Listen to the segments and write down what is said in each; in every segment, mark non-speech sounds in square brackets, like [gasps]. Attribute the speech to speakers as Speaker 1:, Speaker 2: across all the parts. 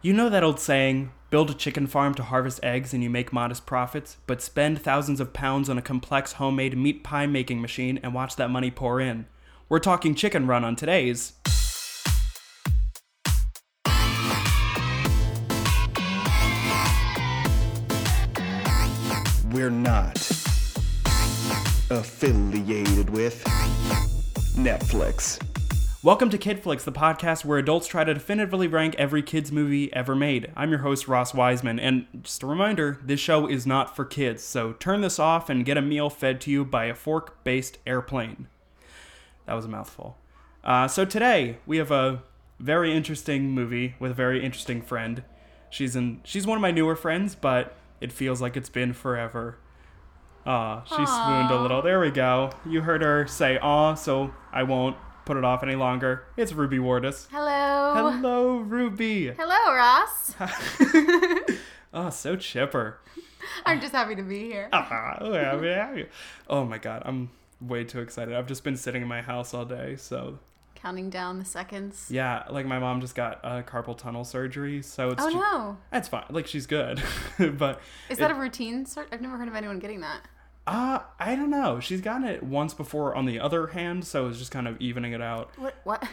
Speaker 1: You know that old saying build a chicken farm to harvest eggs and you make modest profits, but spend thousands of pounds on a complex homemade meat pie making machine and watch that money pour in. We're talking Chicken Run on today's.
Speaker 2: We're not affiliated with Netflix.
Speaker 1: Welcome to KidFlix, the podcast where adults try to definitively rank every kids movie ever made. I'm your host Ross Wiseman, and just a reminder, this show is not for kids, so turn this off and get a meal fed to you by a fork-based airplane. That was a mouthful. Uh, so today we have a very interesting movie with a very interesting friend. She's in. She's one of my newer friends, but it feels like it's been forever. Aw, Uh, she swooned a little. There we go. You heard her say "aw," so I won't put it off any longer. It's Ruby Wardus.
Speaker 3: Hello.
Speaker 1: Hello, Ruby. [laughs]
Speaker 3: Hello, Ross.
Speaker 1: Oh, so chipper. [laughs]
Speaker 3: I'm just happy to be here.
Speaker 1: Ah, oh, yeah, yeah, yeah. oh my god, I'm way too excited. I've just been sitting in my house all day, so
Speaker 3: Counting down the seconds.
Speaker 1: Yeah, like my mom just got uh, carpal tunnel surgery, so it's
Speaker 3: Oh
Speaker 1: ju-
Speaker 3: no.
Speaker 1: that's fine. Like she's good, [laughs] but
Speaker 3: Is that
Speaker 1: it-
Speaker 3: a routine sort? I've never heard of anyone getting that.
Speaker 1: uh, I don't know. She's gotten it once before on the other hand, so it's just kind of evening it out.
Speaker 3: What what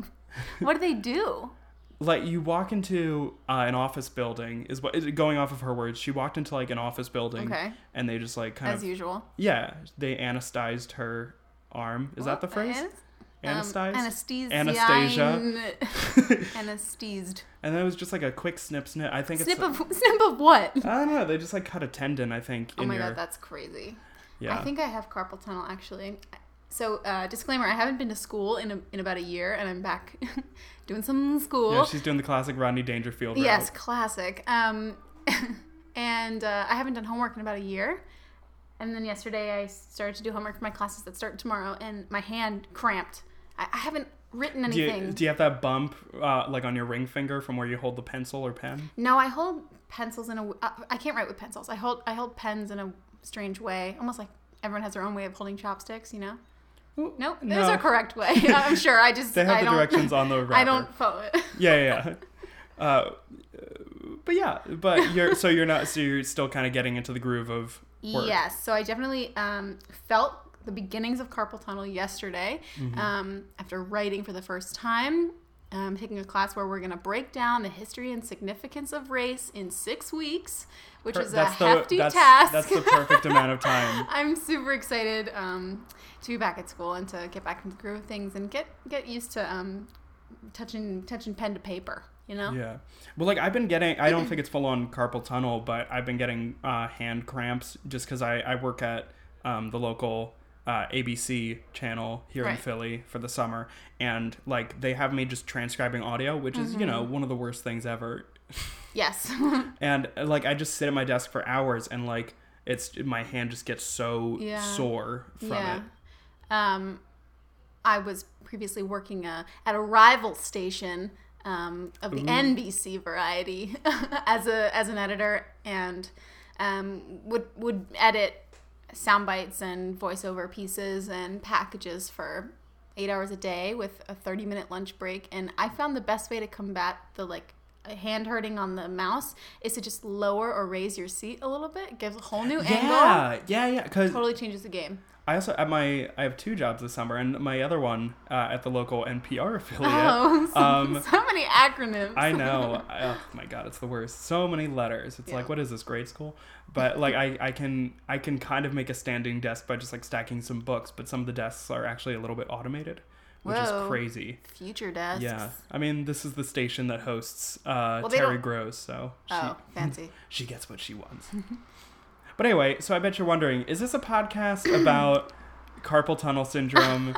Speaker 1: [laughs]
Speaker 3: What do they do?
Speaker 1: Like you walk into uh, an office building is what is- going off of her words. She walked into like an office building,
Speaker 3: Okay.
Speaker 1: and they just like kind
Speaker 3: As
Speaker 1: of
Speaker 3: usual.
Speaker 1: yeah, they anesthetized her arm. Is that the phrase?
Speaker 3: Um,
Speaker 1: Anesthetized.
Speaker 3: Anesthesia.
Speaker 1: Anastasia.
Speaker 3: [laughs]
Speaker 1: [laughs]
Speaker 3: Anesthetized.
Speaker 1: and then it was just like a quick snip, snip. I think
Speaker 3: Snip
Speaker 1: it's.
Speaker 3: of [laughs] snip of what?
Speaker 1: I don't know. They just like cut a tendon. I think.
Speaker 3: Oh
Speaker 1: in
Speaker 3: my
Speaker 1: your,
Speaker 3: god, that's crazy.
Speaker 1: yeah.
Speaker 3: I think I have carpal tunnel actually. So uh, disclaimer: I haven't been to school in a, in about a year, and I'm back [laughs] doing some school.
Speaker 1: Yeah, she's doing the classic Rodney Dangerfield.
Speaker 3: Yes,
Speaker 1: route.
Speaker 3: classic. Um, [laughs] and uh, I haven't done homework in about a year. And then yesterday I started to do homework for my classes that start tomorrow, and my hand cramped. I, I haven't written
Speaker 1: Do
Speaker 3: anything.
Speaker 1: you, do you have that bump, uh, like on your ring finger, from where you hold the pencil or pen?
Speaker 3: no, I hold pencils in a. w- Uh, I can't write with pencils. I hold I hold pens in a strange way, almost like everyone has their own way of holding chopsticks. You know. Nope, there's
Speaker 1: no.
Speaker 3: a correct way. [laughs] I'm sure.
Speaker 1: [laughs]
Speaker 3: I just
Speaker 1: They have
Speaker 3: I
Speaker 1: the
Speaker 3: don't,
Speaker 1: directions on the wrapper.
Speaker 3: [laughs] I don't follow it.
Speaker 1: Yeah, yeah. yeah. [laughs] Uh, but yeah, but you're so you're not so you're still kind of getting into the groove of work.
Speaker 3: Yes. So I definitely um, felt the beginnings of carpal tunnel yesterday
Speaker 1: Mm-hmm.
Speaker 3: um, after writing for the first time. Um, taking a class where we're going to break down the history and significance of race in six weeks, which
Speaker 1: Per-
Speaker 3: is a
Speaker 1: that's the
Speaker 3: hefty
Speaker 1: that's,
Speaker 3: task.
Speaker 1: that's
Speaker 3: [laughs]
Speaker 1: the perfect amount of time.
Speaker 3: I'm super excited um, to be back at school and to get back into the groove of things and get get used to um, touching touching pen to paper. You know.
Speaker 1: Yeah. Well, like I've been getting, I don't think it's full on carpal tunnel, but I've been getting uh, hand cramps just because I, I work at um, the local uh, ABC channel here in
Speaker 3: Right.
Speaker 1: Philly for the summer. And like they have me just transcribing audio, which is, you know,
Speaker 3: Mm-hmm.
Speaker 1: one of the worst things ever.
Speaker 3: Yes. [laughs]
Speaker 1: And uh, like I just sit at my desk for hours and like it's, my hand just gets so
Speaker 3: Yeah.
Speaker 1: sore from it.
Speaker 3: Um, I was previously working uh, at a rival station um, of the NBC variety [laughs] as a as an editor, and um, would would edit sound bites and voiceover pieces and packages for eight hours a day with a 30 minute lunch break and i found the best way to combat the like hand hurting on the mouse is to just lower or raise your seat a little bit it gives a whole new angle
Speaker 1: Yeah, yeah, yeah. Because
Speaker 3: totally changes the game
Speaker 1: I also at my I have two jobs this summer, and my other one uh, at the local NPR [laughs] affiliate.
Speaker 3: [laughs] Oh, so,
Speaker 1: um,
Speaker 3: [laughs] so many acronyms.
Speaker 1: I know. I- Oh my god, it's the worst. So many letters. It's like,
Speaker 3: Yeah.
Speaker 1: what is this grade school? But like, I, I can I can kind of make a standing desk by just like stacking some books. But some of the desks are actually a little bit automated, which is
Speaker 3: Whoa.
Speaker 1: crazy.
Speaker 3: Future desks.
Speaker 1: Yeah, I mean, this is the station that hosts uh,
Speaker 3: Well, they
Speaker 1: Terry
Speaker 3: don't-
Speaker 1: Gross, so she,
Speaker 3: Oh,
Speaker 1: [laughs]
Speaker 3: fancy.
Speaker 1: she gets what she wants. but anyway, so I bet you're wondering, is this a podcast
Speaker 3: [coughs]
Speaker 1: about carpal tunnel syndrome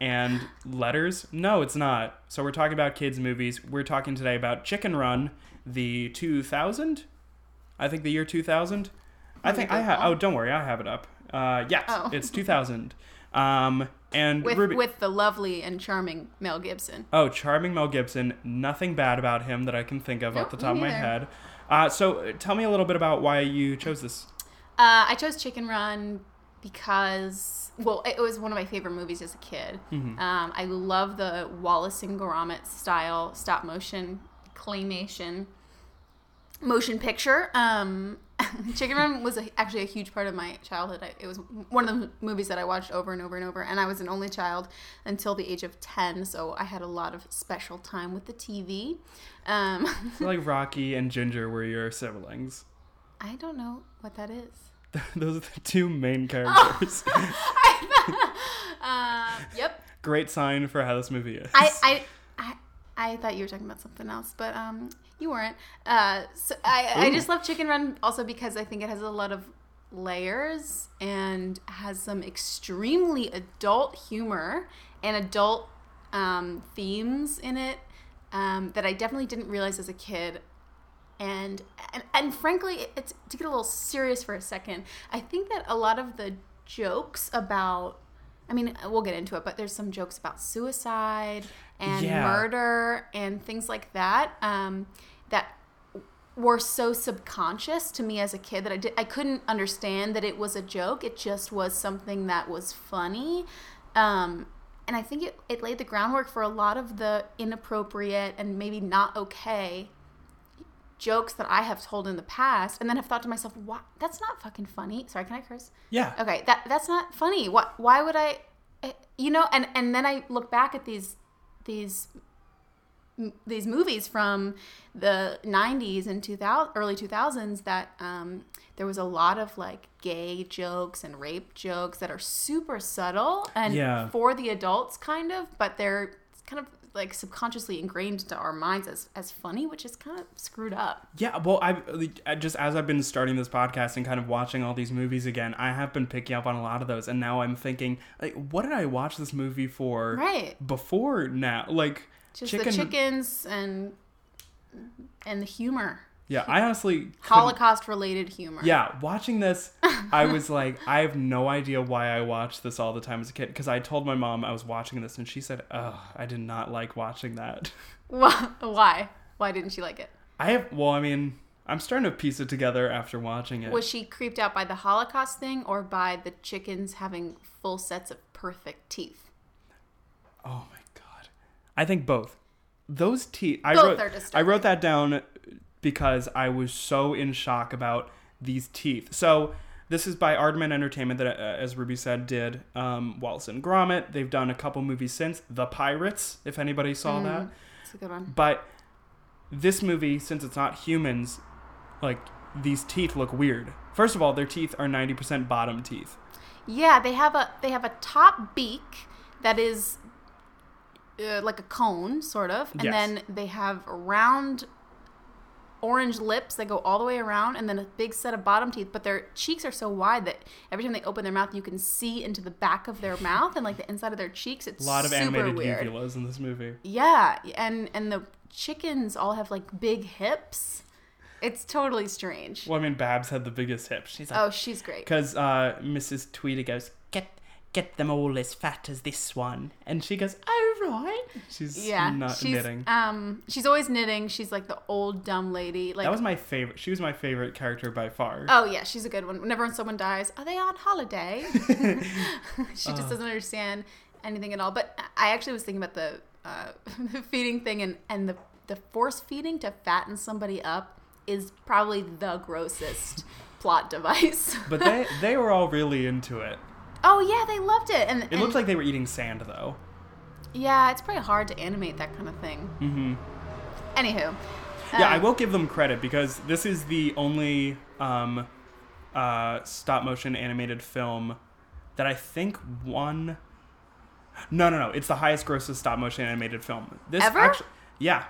Speaker 1: and letters? No, it's not. So we're talking about kids' movies. We're talking today about Chicken Run, the 2000, I think the year 2000. I think I have. Oh, don't worry, I have it up. Uh, yes,
Speaker 3: Oh.
Speaker 1: it's 2000. Um, and
Speaker 3: With
Speaker 1: Ruby.
Speaker 3: with the lovely and charming Mel Gibson.
Speaker 1: Oh, charming Mel Gibson. Nothing bad about him that I can think of off
Speaker 3: Nope,
Speaker 1: the top of
Speaker 3: me
Speaker 1: my
Speaker 3: neither.
Speaker 1: head. Uh, so uh, tell me a little bit about why you chose this.
Speaker 3: Uh, I chose Chicken Run because, well, it was one of my favorite movies as a kid. Um, I love the Wallace and Gromit style stop motion claymation motion picture. Um, [laughs] Chicken Run was a, actually a huge part of my childhood. I, it was one of the movies that I watched over and over and over. And I was an only child until the age of 10, so I had a lot of special time with the TV. Um, [laughs]
Speaker 1: So, like Rocky and Ginger were your siblings. [laughs]
Speaker 3: I don't know what that is.
Speaker 1: Those are the two
Speaker 3: [laughs] Oh.
Speaker 1: main characters. [laughs]
Speaker 3: Uh, yep.
Speaker 1: Great sign for how this movie is.
Speaker 3: I, I, I, I thought you were talking about something else, but um, you weren't. Uh, so I, I just love Chicken Run also because I think it has a lot of layers and has some extremely adult humor and adult um, themes in it um, that I definitely didn't realize as a kid. And, and and frankly, it's to get a little serious for a second. I think that a lot of the jokes about, I mean, we'll get into it, but there's some jokes about suicide and
Speaker 1: Yeah.
Speaker 3: murder and things like that um, that were so subconscious to me as a kid that I did I couldn't understand that it was a joke. It just was something that was funny. Um, and I think it, it laid the groundwork for a lot of the inappropriate and maybe not okay jokes that I have told in the past and then have thought to myself, why that's not fucking funny. Sorry, can I curse?
Speaker 1: yeah.
Speaker 3: Okay, that that's not funny. Why why would I eh, you know, and and then I look back at these these m- these movies from the 90s and 2000 early 2000s that um, there was a lot of like gay jokes and rape jokes that are super subtle and
Speaker 1: Yeah.
Speaker 3: for the adults kind of but they're kind of like subconsciously ingrained into our minds as, as funny which is kind of screwed up
Speaker 1: Yeah, well, I've I just as I've been starting this podcast and kind of watching all these movies again, I have been picking up on a lot of those, and now I'm thinking, like, what did I watch this movie for?
Speaker 3: Right.
Speaker 1: before now, like
Speaker 3: just the chickens and and the humor
Speaker 1: Yeah, I honestly couldn't-
Speaker 3: holocaust related humor
Speaker 1: Yeah, watching this, I was like, I have no idea why I watched this all the time as a kid. Because I told my mom I was watching this, and she said, "Oh, I did not like watching that."
Speaker 3: [laughs] why why didn't she like it
Speaker 1: I have, well, I mean, I'm starting to piece it together after watching it.
Speaker 3: Was she creeped out by the Holocaust thing or by the chickens having full sets of perfect teeth?
Speaker 1: Oh my god. I think both. Those teeth I
Speaker 3: Both
Speaker 1: wrote
Speaker 3: are
Speaker 1: I
Speaker 3: disturbing.
Speaker 1: wrote that down because I was so in shock about these teeth. So this is by Aardman Entertainment that, uh, as Ruby said, did um, Wallace and Gromit. They've done a couple movies since, The Pirates, if anybody saw that.
Speaker 3: That's a good one.
Speaker 1: But this movie, since it's not humans, like these teeth look weird. First of all, their teeth are 90% bottom teeth.
Speaker 3: Yeah, they have a they have a top beak that is uh, like a cone, sort of, and
Speaker 1: Yes.
Speaker 3: then they have round orange lips that go all the way around, and then a big set of bottom teeth. But their cheeks are so wide that every time they open their mouth, you can see into the back of their mouth and like the inside of their cheeks. It's
Speaker 1: A lot of
Speaker 3: super
Speaker 1: animated
Speaker 3: weird.
Speaker 1: uvulas in this movie.
Speaker 3: Yeah, and and the chickens all have like big hips. It's totally strange.
Speaker 1: Well, I mean, Babs had the biggest hips. She's like,
Speaker 3: Oh, she's great.
Speaker 1: Because uh, Mrs. Tweedy goes, get get them all as fat as this one, and she goes, "Oh right." She's
Speaker 3: Yeah,
Speaker 1: not
Speaker 3: she's
Speaker 1: knitting.
Speaker 3: um, she's always knitting. She's like the old dumb lady. Like,
Speaker 1: that was my favorite. She was my favorite character by far.
Speaker 3: oh yeah, she's a good one. Whenever someone dies, are they
Speaker 1: [laughs]
Speaker 3: on holiday? [laughs] she
Speaker 1: Uh.
Speaker 3: just doesn't understand anything at all. But I actually was thinking about the uh, [laughs] the feeding thing and and the the force feeding to fatten somebody up is probably the grossest plot device.
Speaker 1: But they they were all really into it.
Speaker 3: [laughs] oh yeah, they loved it. And
Speaker 1: It looked like they were eating sand though.
Speaker 3: Yeah, it's probably hard to animate that kind of thing. Mm-hmm. Anywho.
Speaker 1: yeah, I
Speaker 3: um,
Speaker 1: will give them credit because this is the only um, uh, stop motion animated film that I think won. No, no, no! It's the highest grossest stop motion animated film. This
Speaker 3: Ever?
Speaker 1: actu- yeah.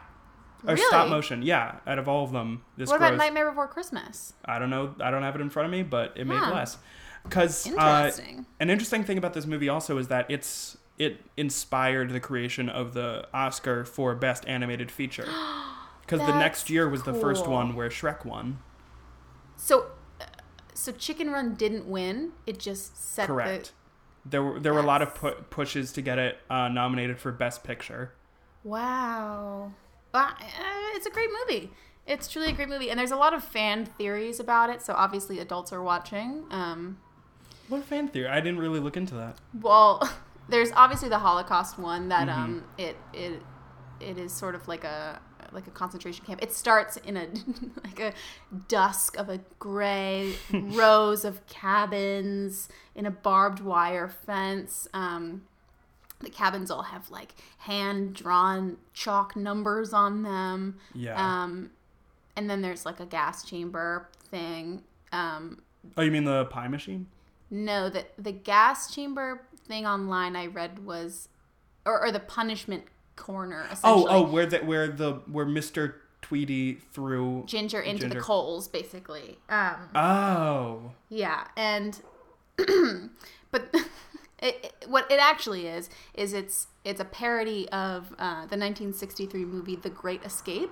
Speaker 1: Or stop
Speaker 3: Really?
Speaker 1: motion, yeah. Out of all of them, this
Speaker 3: What about
Speaker 1: grossed.
Speaker 3: Nightmare Before Christmas?
Speaker 1: I don't know. I don't have it in front of me, but it made
Speaker 3: Huh.
Speaker 1: less. Because
Speaker 3: Interesting.
Speaker 1: an interesting thing about this movie also is that it's it inspired the creation of the Oscar for Best Animated
Speaker 3: [gasps]
Speaker 1: Feature. Because the next
Speaker 3: That's
Speaker 1: year was the first
Speaker 3: cool.
Speaker 1: one where Shrek won.
Speaker 3: So, uh, so Chicken Run didn't win. It just set
Speaker 1: Correct. There were there were a lot of pu- pushes to get it uh, nominated for Best Picture.
Speaker 3: the wow. But, uh, it's a great movie. It's truly a great movie, and there's a lot of fan theories about it. So obviously, adults are watching. Um,
Speaker 1: What fan theory? I didn't really look into that.
Speaker 3: Well, [laughs] there's obviously the Holocaust one that um it it it is sort of like a like a concentration camp. It starts in a [laughs] like a dusk of a gray rows of cabins in a barbed wire fence. Um, the cabins all have like hand drawn chalk numbers on them.
Speaker 1: Yeah.
Speaker 3: Um, and then there's like a gas chamber thing. Um,
Speaker 1: oh, you mean the pie machine?
Speaker 3: no, the the gas chamber thing online I read was, or, or the punishment corner. Essentially.
Speaker 1: Oh, oh, where the where the where Mr. Tweety threw
Speaker 3: Ginger into
Speaker 1: Ginger.
Speaker 3: the coals, basically. Um,
Speaker 1: Oh.
Speaker 3: yeah, and [clears throat] but [laughs] it, it, what it actually is is it's it's a parody of uh, the 1963 movie The Great Escape,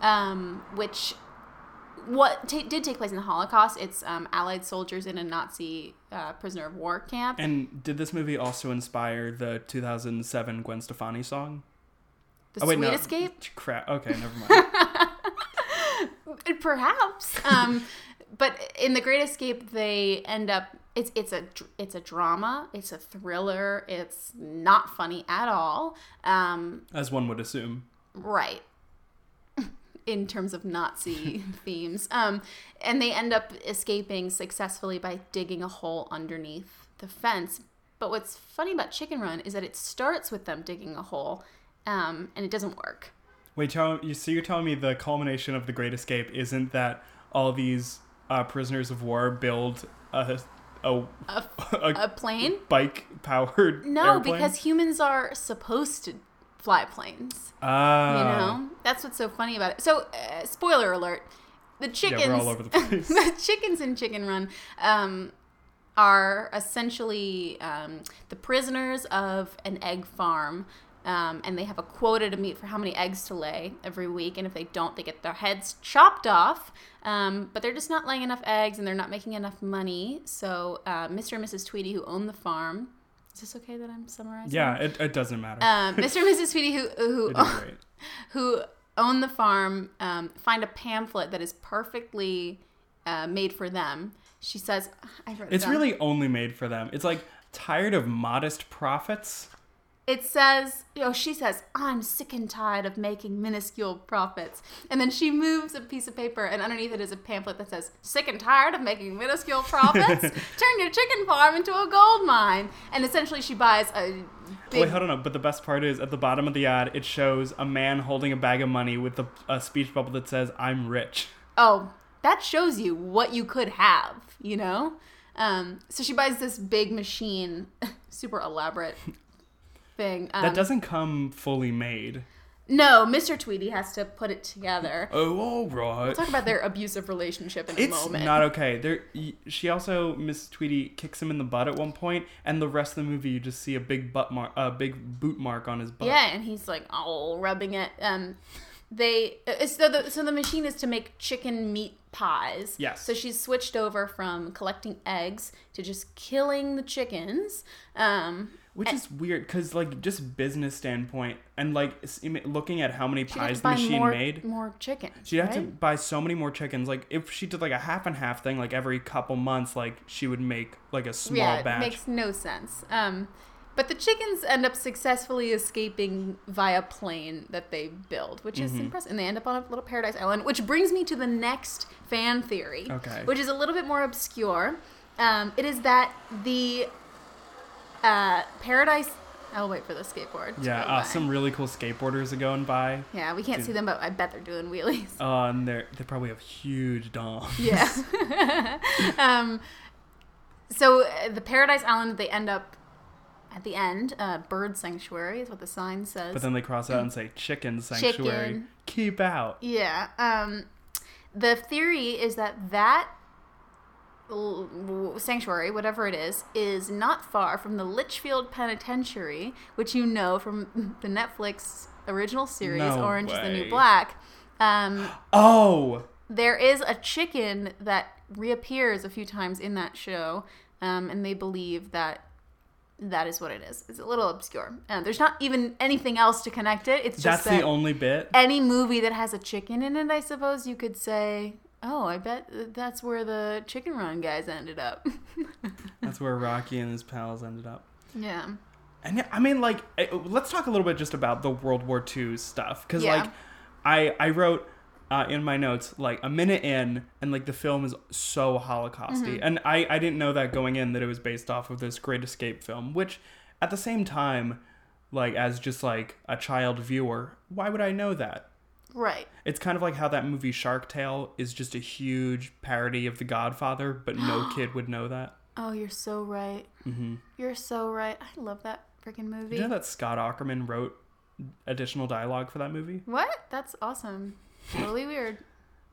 Speaker 3: um, which what ta did take place in the Holocaust. It's um, Allied soldiers in a Nazi uh, prisoner of war camp.
Speaker 1: And did this movie also inspire the 2007 Gwen Stefani song?
Speaker 3: the
Speaker 1: Oh wait,
Speaker 3: Sweet
Speaker 1: no.
Speaker 3: Escape.
Speaker 1: Crap.
Speaker 3: [laughs]
Speaker 1: Okay, never mind.
Speaker 3: perhaps um but in the great escape they end up it's it's a dr- it's a drama it's a thriller it's not funny at all um
Speaker 1: As one would assume.
Speaker 3: right [laughs] in terms of nazi themes um and they end up escaping successfully by digging a hole underneath the fence but what's funny about chicken run is that it starts with them digging a hole um and it doesn't work
Speaker 1: Wait, tell, you so you're telling me the culmination of the Great Escape isn't that all these uh, prisoners of war build a a, a,
Speaker 3: a plane
Speaker 1: bike powered
Speaker 3: No, because humans are supposed to fly planes.
Speaker 1: oh,
Speaker 3: You know, that's what's so funny about it. So, uh, spoiler alert: the chickens,
Speaker 1: yeah, we're all over the place.
Speaker 3: [laughs] the chickens in Chicken Run, um, are essentially um, the prisoners of an egg farm. Um, and they have a quota to meet for how many eggs to lay every week, and if they don't, they get their heads chopped off. Um, but they're just not laying enough eggs, and they're not making enough money. So uh, Mr. and Mrs. Tweety, who own the farm, is this okay that I'm summarizing?
Speaker 1: yeah, it, it doesn't matter.
Speaker 3: um, Mr. and Mrs. Sweetie, who who
Speaker 1: It'd be great.
Speaker 3: who own the farm, um, find a pamphlet that is perfectly uh, made for them. She says, "Ah, "I wrote it
Speaker 1: It's
Speaker 3: down.
Speaker 1: really only made for them. It's like tired of modest profits.
Speaker 3: It says, oh, she says, I'm sick and tired of making minuscule profits. And then she moves a piece of paper, and underneath it is a pamphlet that says, Sick and tired of making
Speaker 1: [laughs]
Speaker 3: minuscule profits? Turn your chicken farm into a gold mine. And essentially, she buys a big.
Speaker 1: Wait, hold on. But the best part is at the bottom of the ad, it shows a man holding a bag of money with a, a speech bubble that says, "I'm rich."
Speaker 3: oh, that shows you what you could have, you know? Um, so she buys this big machine, [laughs] super elaborate thing. Um,
Speaker 1: That doesn't come fully made.
Speaker 3: no, Mr. Tweety has to put it together.
Speaker 1: Oh, all right.
Speaker 3: Talk about their abusive relationship in a
Speaker 1: It's
Speaker 3: moment.
Speaker 1: not okay. There, y- she also Miss Tweety kicks him in the butt at one point, and the rest of the movie you just see a big butt mark, a big boot mark on his butt.
Speaker 3: [laughs] yeah, and he's like, oh, rubbing it. Um, they uh, so the so the machine is to make chicken meat pies.
Speaker 1: Yes.
Speaker 3: So she's switched over from collecting eggs to just killing the chickens. Um,
Speaker 1: which is weird because like just business standpoint and like s- im- looking at how many
Speaker 3: she'd have to
Speaker 1: pies the
Speaker 3: buy
Speaker 1: machine
Speaker 3: more,
Speaker 1: made,
Speaker 3: more chickens.
Speaker 1: she'd have to
Speaker 3: right?
Speaker 1: buy so many more chickens. Like if she did like a half and half thing, like every couple months, like she would make like a small
Speaker 3: yeah,
Speaker 1: batch.
Speaker 3: it makes no sense. Um, but the chickens end up successfully escaping via plane that they build, which
Speaker 1: Mm-hmm.
Speaker 3: is impressive. And they end up on a little paradise island, which brings me to the next fan theory,
Speaker 1: Okay.
Speaker 3: which is a little bit more obscure. Um, it is that the uh, paradise. I'll wait for the skateboard. to
Speaker 1: yeah,
Speaker 3: go
Speaker 1: uh,
Speaker 3: by.
Speaker 1: some really cool skateboarders are going by.
Speaker 3: Yeah, we can't see them, but I bet they're doing wheelies.
Speaker 1: Uh, and they they probably have huge doms.
Speaker 3: Yeah. [laughs] um, so uh, the Paradise Island that they end up at the end, uh, bird sanctuary is what the sign says.
Speaker 1: But then they cross out and say chicken sanctuary.
Speaker 3: Chicken.
Speaker 1: Keep out.
Speaker 3: yeah. Um, the theory is that that l- w- sanctuary, whatever it is, is not far from the Litchfield Penitentiary, which you know from [laughs] the Netflix original series
Speaker 1: No
Speaker 3: Orange is the
Speaker 1: way.
Speaker 3: New Black. Um,
Speaker 1: Oh,
Speaker 3: there is a chicken that reappears a few times in that show, um, and they believe that that is what it is. It's a little obscure. Uh, there's not even anything else to connect it. It's
Speaker 1: that's
Speaker 3: just
Speaker 1: the
Speaker 3: that
Speaker 1: only bit.
Speaker 3: any movie that has a chicken in it, I suppose you could say, "Oh, I bet that's where the Chicken Run guys ended up." [laughs]
Speaker 1: That's where Rocky and his pals ended up.
Speaker 3: yeah.
Speaker 1: eh, And yeah, I mean, like, I- let's talk a little bit just about the World War II stuff because,
Speaker 3: Yeah.
Speaker 1: like, I I wrote uh, in my notes like a minute in, and like the film is so
Speaker 3: Mm-hmm.
Speaker 1: holocausty, and I I didn't know that going in that it was based off of this Great Escape film, which at the same time, like as just like a child viewer, why would I know that?
Speaker 3: Right.
Speaker 1: It's kind of like how that movie Shark Tale is just a huge parody of The Godfather, but
Speaker 3: [gasps]
Speaker 1: no kid would know that.
Speaker 3: Oh, you're so right. Mm-hmm. You're so right. I love that freaking movie.
Speaker 1: Did you know that Scott Ackerman wrote additional dialogue for that movie?
Speaker 3: What? That's awesome. Totally weird.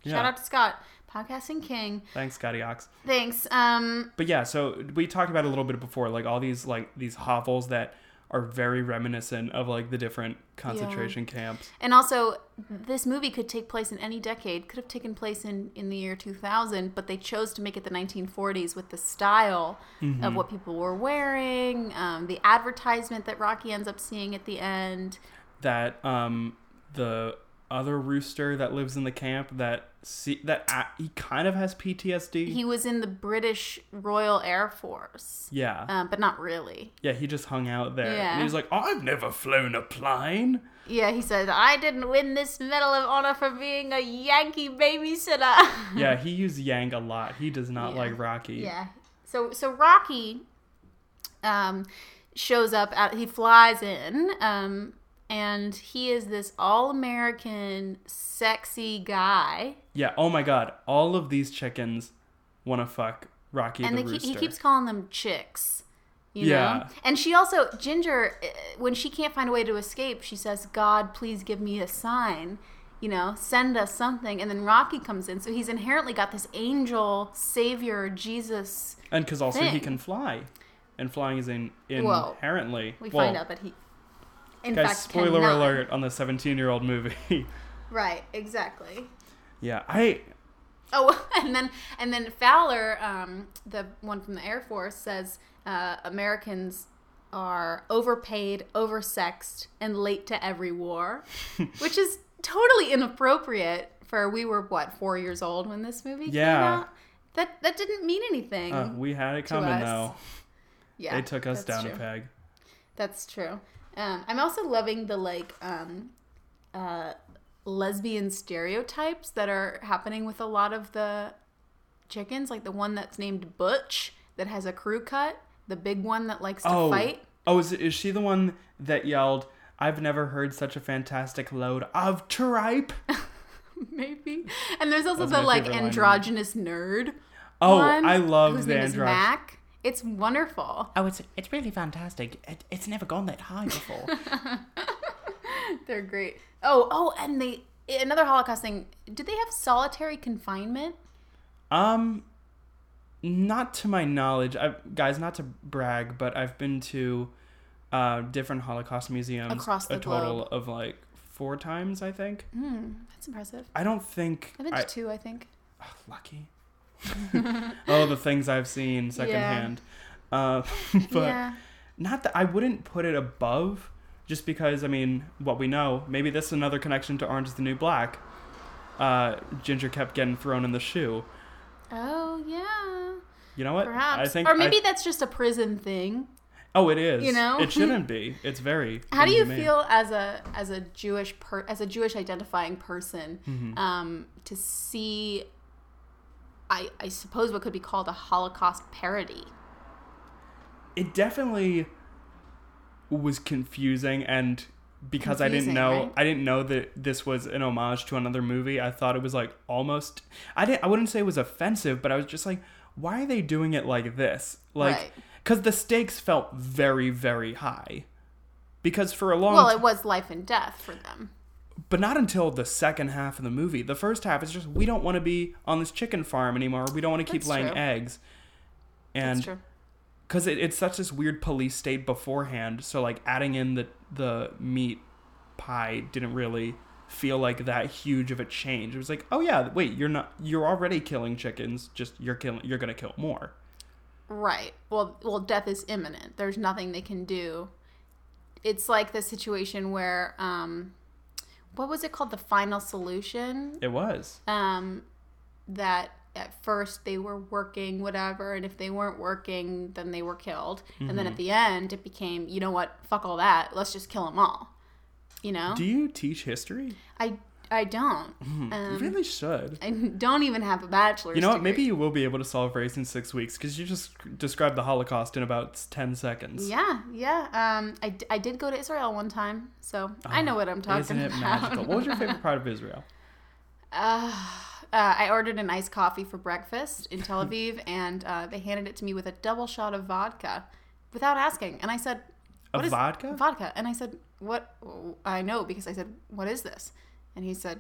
Speaker 3: Shout
Speaker 1: Yeah.
Speaker 3: out to Scott, podcasting king.
Speaker 1: Thanks, Scotty Ox.
Speaker 3: Thanks. Um,
Speaker 1: But yeah, so we talked about it a little bit before, like all these like these hovels that are very reminiscent of like the different concentration camps.
Speaker 3: and also, this movie could take place in any decade. Could have taken place in in the year 2000, but they chose to make it the 1940s with the style of what people were wearing, um, the advertisement that Rocky ends up seeing at the end.
Speaker 1: That um the other rooster that lives in the camp that see that uh, he kind of has PTSD.
Speaker 3: He was in the British Royal Air Force,
Speaker 1: yeah.
Speaker 3: um, but not really.
Speaker 1: yeah, he just hung out there.
Speaker 3: Yeah. Uh-huh.
Speaker 1: And he was like, "I've never flown a plane."
Speaker 3: Yeah, he said, I didn't win this Medal of Honor for being a Yankee babysitter. [laughs]
Speaker 1: yeah, he used Yang a lot. He does not
Speaker 3: Yeah.
Speaker 1: like Rocky.
Speaker 3: yeah. So so Rocky um shows up at he flies in, um, and he is this all American sexy guy.
Speaker 1: Yeah, Oh my god, all of these chickens want to fuck Rocky
Speaker 3: and
Speaker 1: the
Speaker 3: they keep,
Speaker 1: rooster.
Speaker 3: he keeps calling them chicks. You know?
Speaker 1: Yeah.
Speaker 3: And she also Ginger, eh, when she can't find a way to escape, she says, "God, please give me a sign." You know, send us something. And then Rocky comes in, so he's inherently got this angel, savior, Jesus.
Speaker 1: And because also he
Speaker 3: thing.
Speaker 1: can fly, and flying is in,
Speaker 3: Well,
Speaker 1: inherently.
Speaker 3: We
Speaker 1: well,
Speaker 3: find out that he, in
Speaker 1: Guys,
Speaker 3: fact,
Speaker 1: spoiler
Speaker 3: cannot.
Speaker 1: alert on the 17-year-old movie. [laughs]
Speaker 3: Right, exactly.
Speaker 1: yeah, I
Speaker 3: Oh, [laughs] and then and then Fowler, um, the one from the Air Force, says uh, Americans are overpaid, oversexed, and late to every
Speaker 1: [laughs]
Speaker 3: war, which is totally inappropriate. For we were what four years old when this movie
Speaker 1: Yeah.
Speaker 3: came out. That that didn't mean anything.
Speaker 1: uh, we had it coming
Speaker 3: Mm-hmm. us.
Speaker 1: though.
Speaker 3: yeah,
Speaker 1: They took us
Speaker 3: that's
Speaker 1: down a
Speaker 3: true.
Speaker 1: peg.
Speaker 3: That's true. Um, I'm also loving the like um, uh, lesbian stereotypes that are happening with a lot of the chickens, like the one that's named Butch that has a crew cut, the big one that likes to
Speaker 1: Oh,
Speaker 3: fight. [laughs]
Speaker 1: oh, is, is she the one that yelled? I've never heard such a fantastic load of tripe.
Speaker 3: Maybe. And there's also
Speaker 1: That's
Speaker 3: the
Speaker 1: my
Speaker 3: like
Speaker 1: favorite line.
Speaker 3: androgynous nerd.
Speaker 1: Oh,
Speaker 3: one,
Speaker 1: I love
Speaker 3: whose
Speaker 1: the
Speaker 3: name is
Speaker 1: androg-
Speaker 3: Mac. It's wonderful.
Speaker 1: Oh, it's it's really fantastic. It, it's never gone that high before.
Speaker 3: They're great. Oh, oh, and they another Holocaust thing. Did they have solitary confinement?
Speaker 1: Um, not to my knowledge, I, guys. Not to brag, but I've been to uh, different Holocaust museums
Speaker 3: Across the
Speaker 1: a total of like four times. I think.
Speaker 3: That's impressive.
Speaker 1: I don't think.
Speaker 3: I've been to
Speaker 1: I-
Speaker 3: two, I think.
Speaker 1: ugh,
Speaker 3: [laughs]
Speaker 1: lucky. [laughs] oh, the things I've seen secondhand. Uh, [laughs] but
Speaker 3: yeah.
Speaker 1: not that I wouldn't put it above, just because I mean what we know. Maybe this is another connection to Orange is the New Black. Uh, Ginger kept getting thrown in the shoe.
Speaker 3: Oh yeah,
Speaker 1: You know what?
Speaker 3: perhaps.
Speaker 1: I think
Speaker 3: or
Speaker 1: I-
Speaker 3: maybe that's just a prison thing.
Speaker 1: Oh, it is.
Speaker 3: You know? [laughs]
Speaker 1: it shouldn't be. It's very.
Speaker 3: How do you
Speaker 1: inhumane.
Speaker 3: feel as a as a Jewish per, as a Jewish identifying person
Speaker 1: Mm-hmm.
Speaker 3: um, to see? I, I suppose what could be called a Holocaust parody.
Speaker 1: It definitely was confusing, and because I didn't
Speaker 3: Confusing,
Speaker 1: know,
Speaker 3: right?
Speaker 1: I didn't know that this was an homage to another movie. I thought it was like almost. I didn't. I wouldn't say it was offensive, but I was just like, why are they doing it like this? Like,
Speaker 3: Right.
Speaker 1: because the stakes felt very, very high. Because for a long
Speaker 3: Well,
Speaker 1: time.
Speaker 3: it was life and death for them.
Speaker 1: But not until the second half of the movie. The first half is just we don't want to be on this chicken farm anymore. We don't want to keep
Speaker 3: That's
Speaker 1: laying
Speaker 3: true.
Speaker 1: eggs.
Speaker 3: That's
Speaker 1: And
Speaker 3: true.
Speaker 1: because it, it's such this weird police state beforehand, so like adding in the the meat pie didn't really feel like that huge of a change. It was like, oh yeah, wait, you're not you're already killing chickens. Just you're killing you're gonna kill more.
Speaker 3: Right. Well, well, death is imminent. There's nothing they can do. It's like the situation where, um, what was it called? The final solution.
Speaker 1: It was
Speaker 3: um, that at first they were working whatever and if they weren't working then they were killed and
Speaker 1: Mm-hmm.
Speaker 3: then at the end it became you know what fuck all that let's just kill them all you know
Speaker 1: Do you teach history?
Speaker 3: i
Speaker 1: [laughs]
Speaker 3: I don't.
Speaker 1: you
Speaker 3: Um,
Speaker 1: really should.
Speaker 3: I don't even have a bachelor's.
Speaker 1: You know what?
Speaker 3: degree.
Speaker 1: Maybe you will be able to solve race in six weeks because you just described the Holocaust in about 10 seconds.
Speaker 3: Yeah, yeah. Um, I, d- I did go to Israel one time, so I know what I'm talking
Speaker 1: Ah, Isn't it
Speaker 3: about.
Speaker 1: magical? What was
Speaker 3: [laughs]
Speaker 1: your favorite part of Israel?
Speaker 3: Uh, uh, I ordered an iced coffee for breakfast in Tel Aviv, and uh, they handed it to me with a double shot of vodka, without asking. And I said,
Speaker 1: A
Speaker 3: "What is
Speaker 1: vodka?
Speaker 3: Vodka." And I said, "What?" I know because I said, "What is this?" And he said,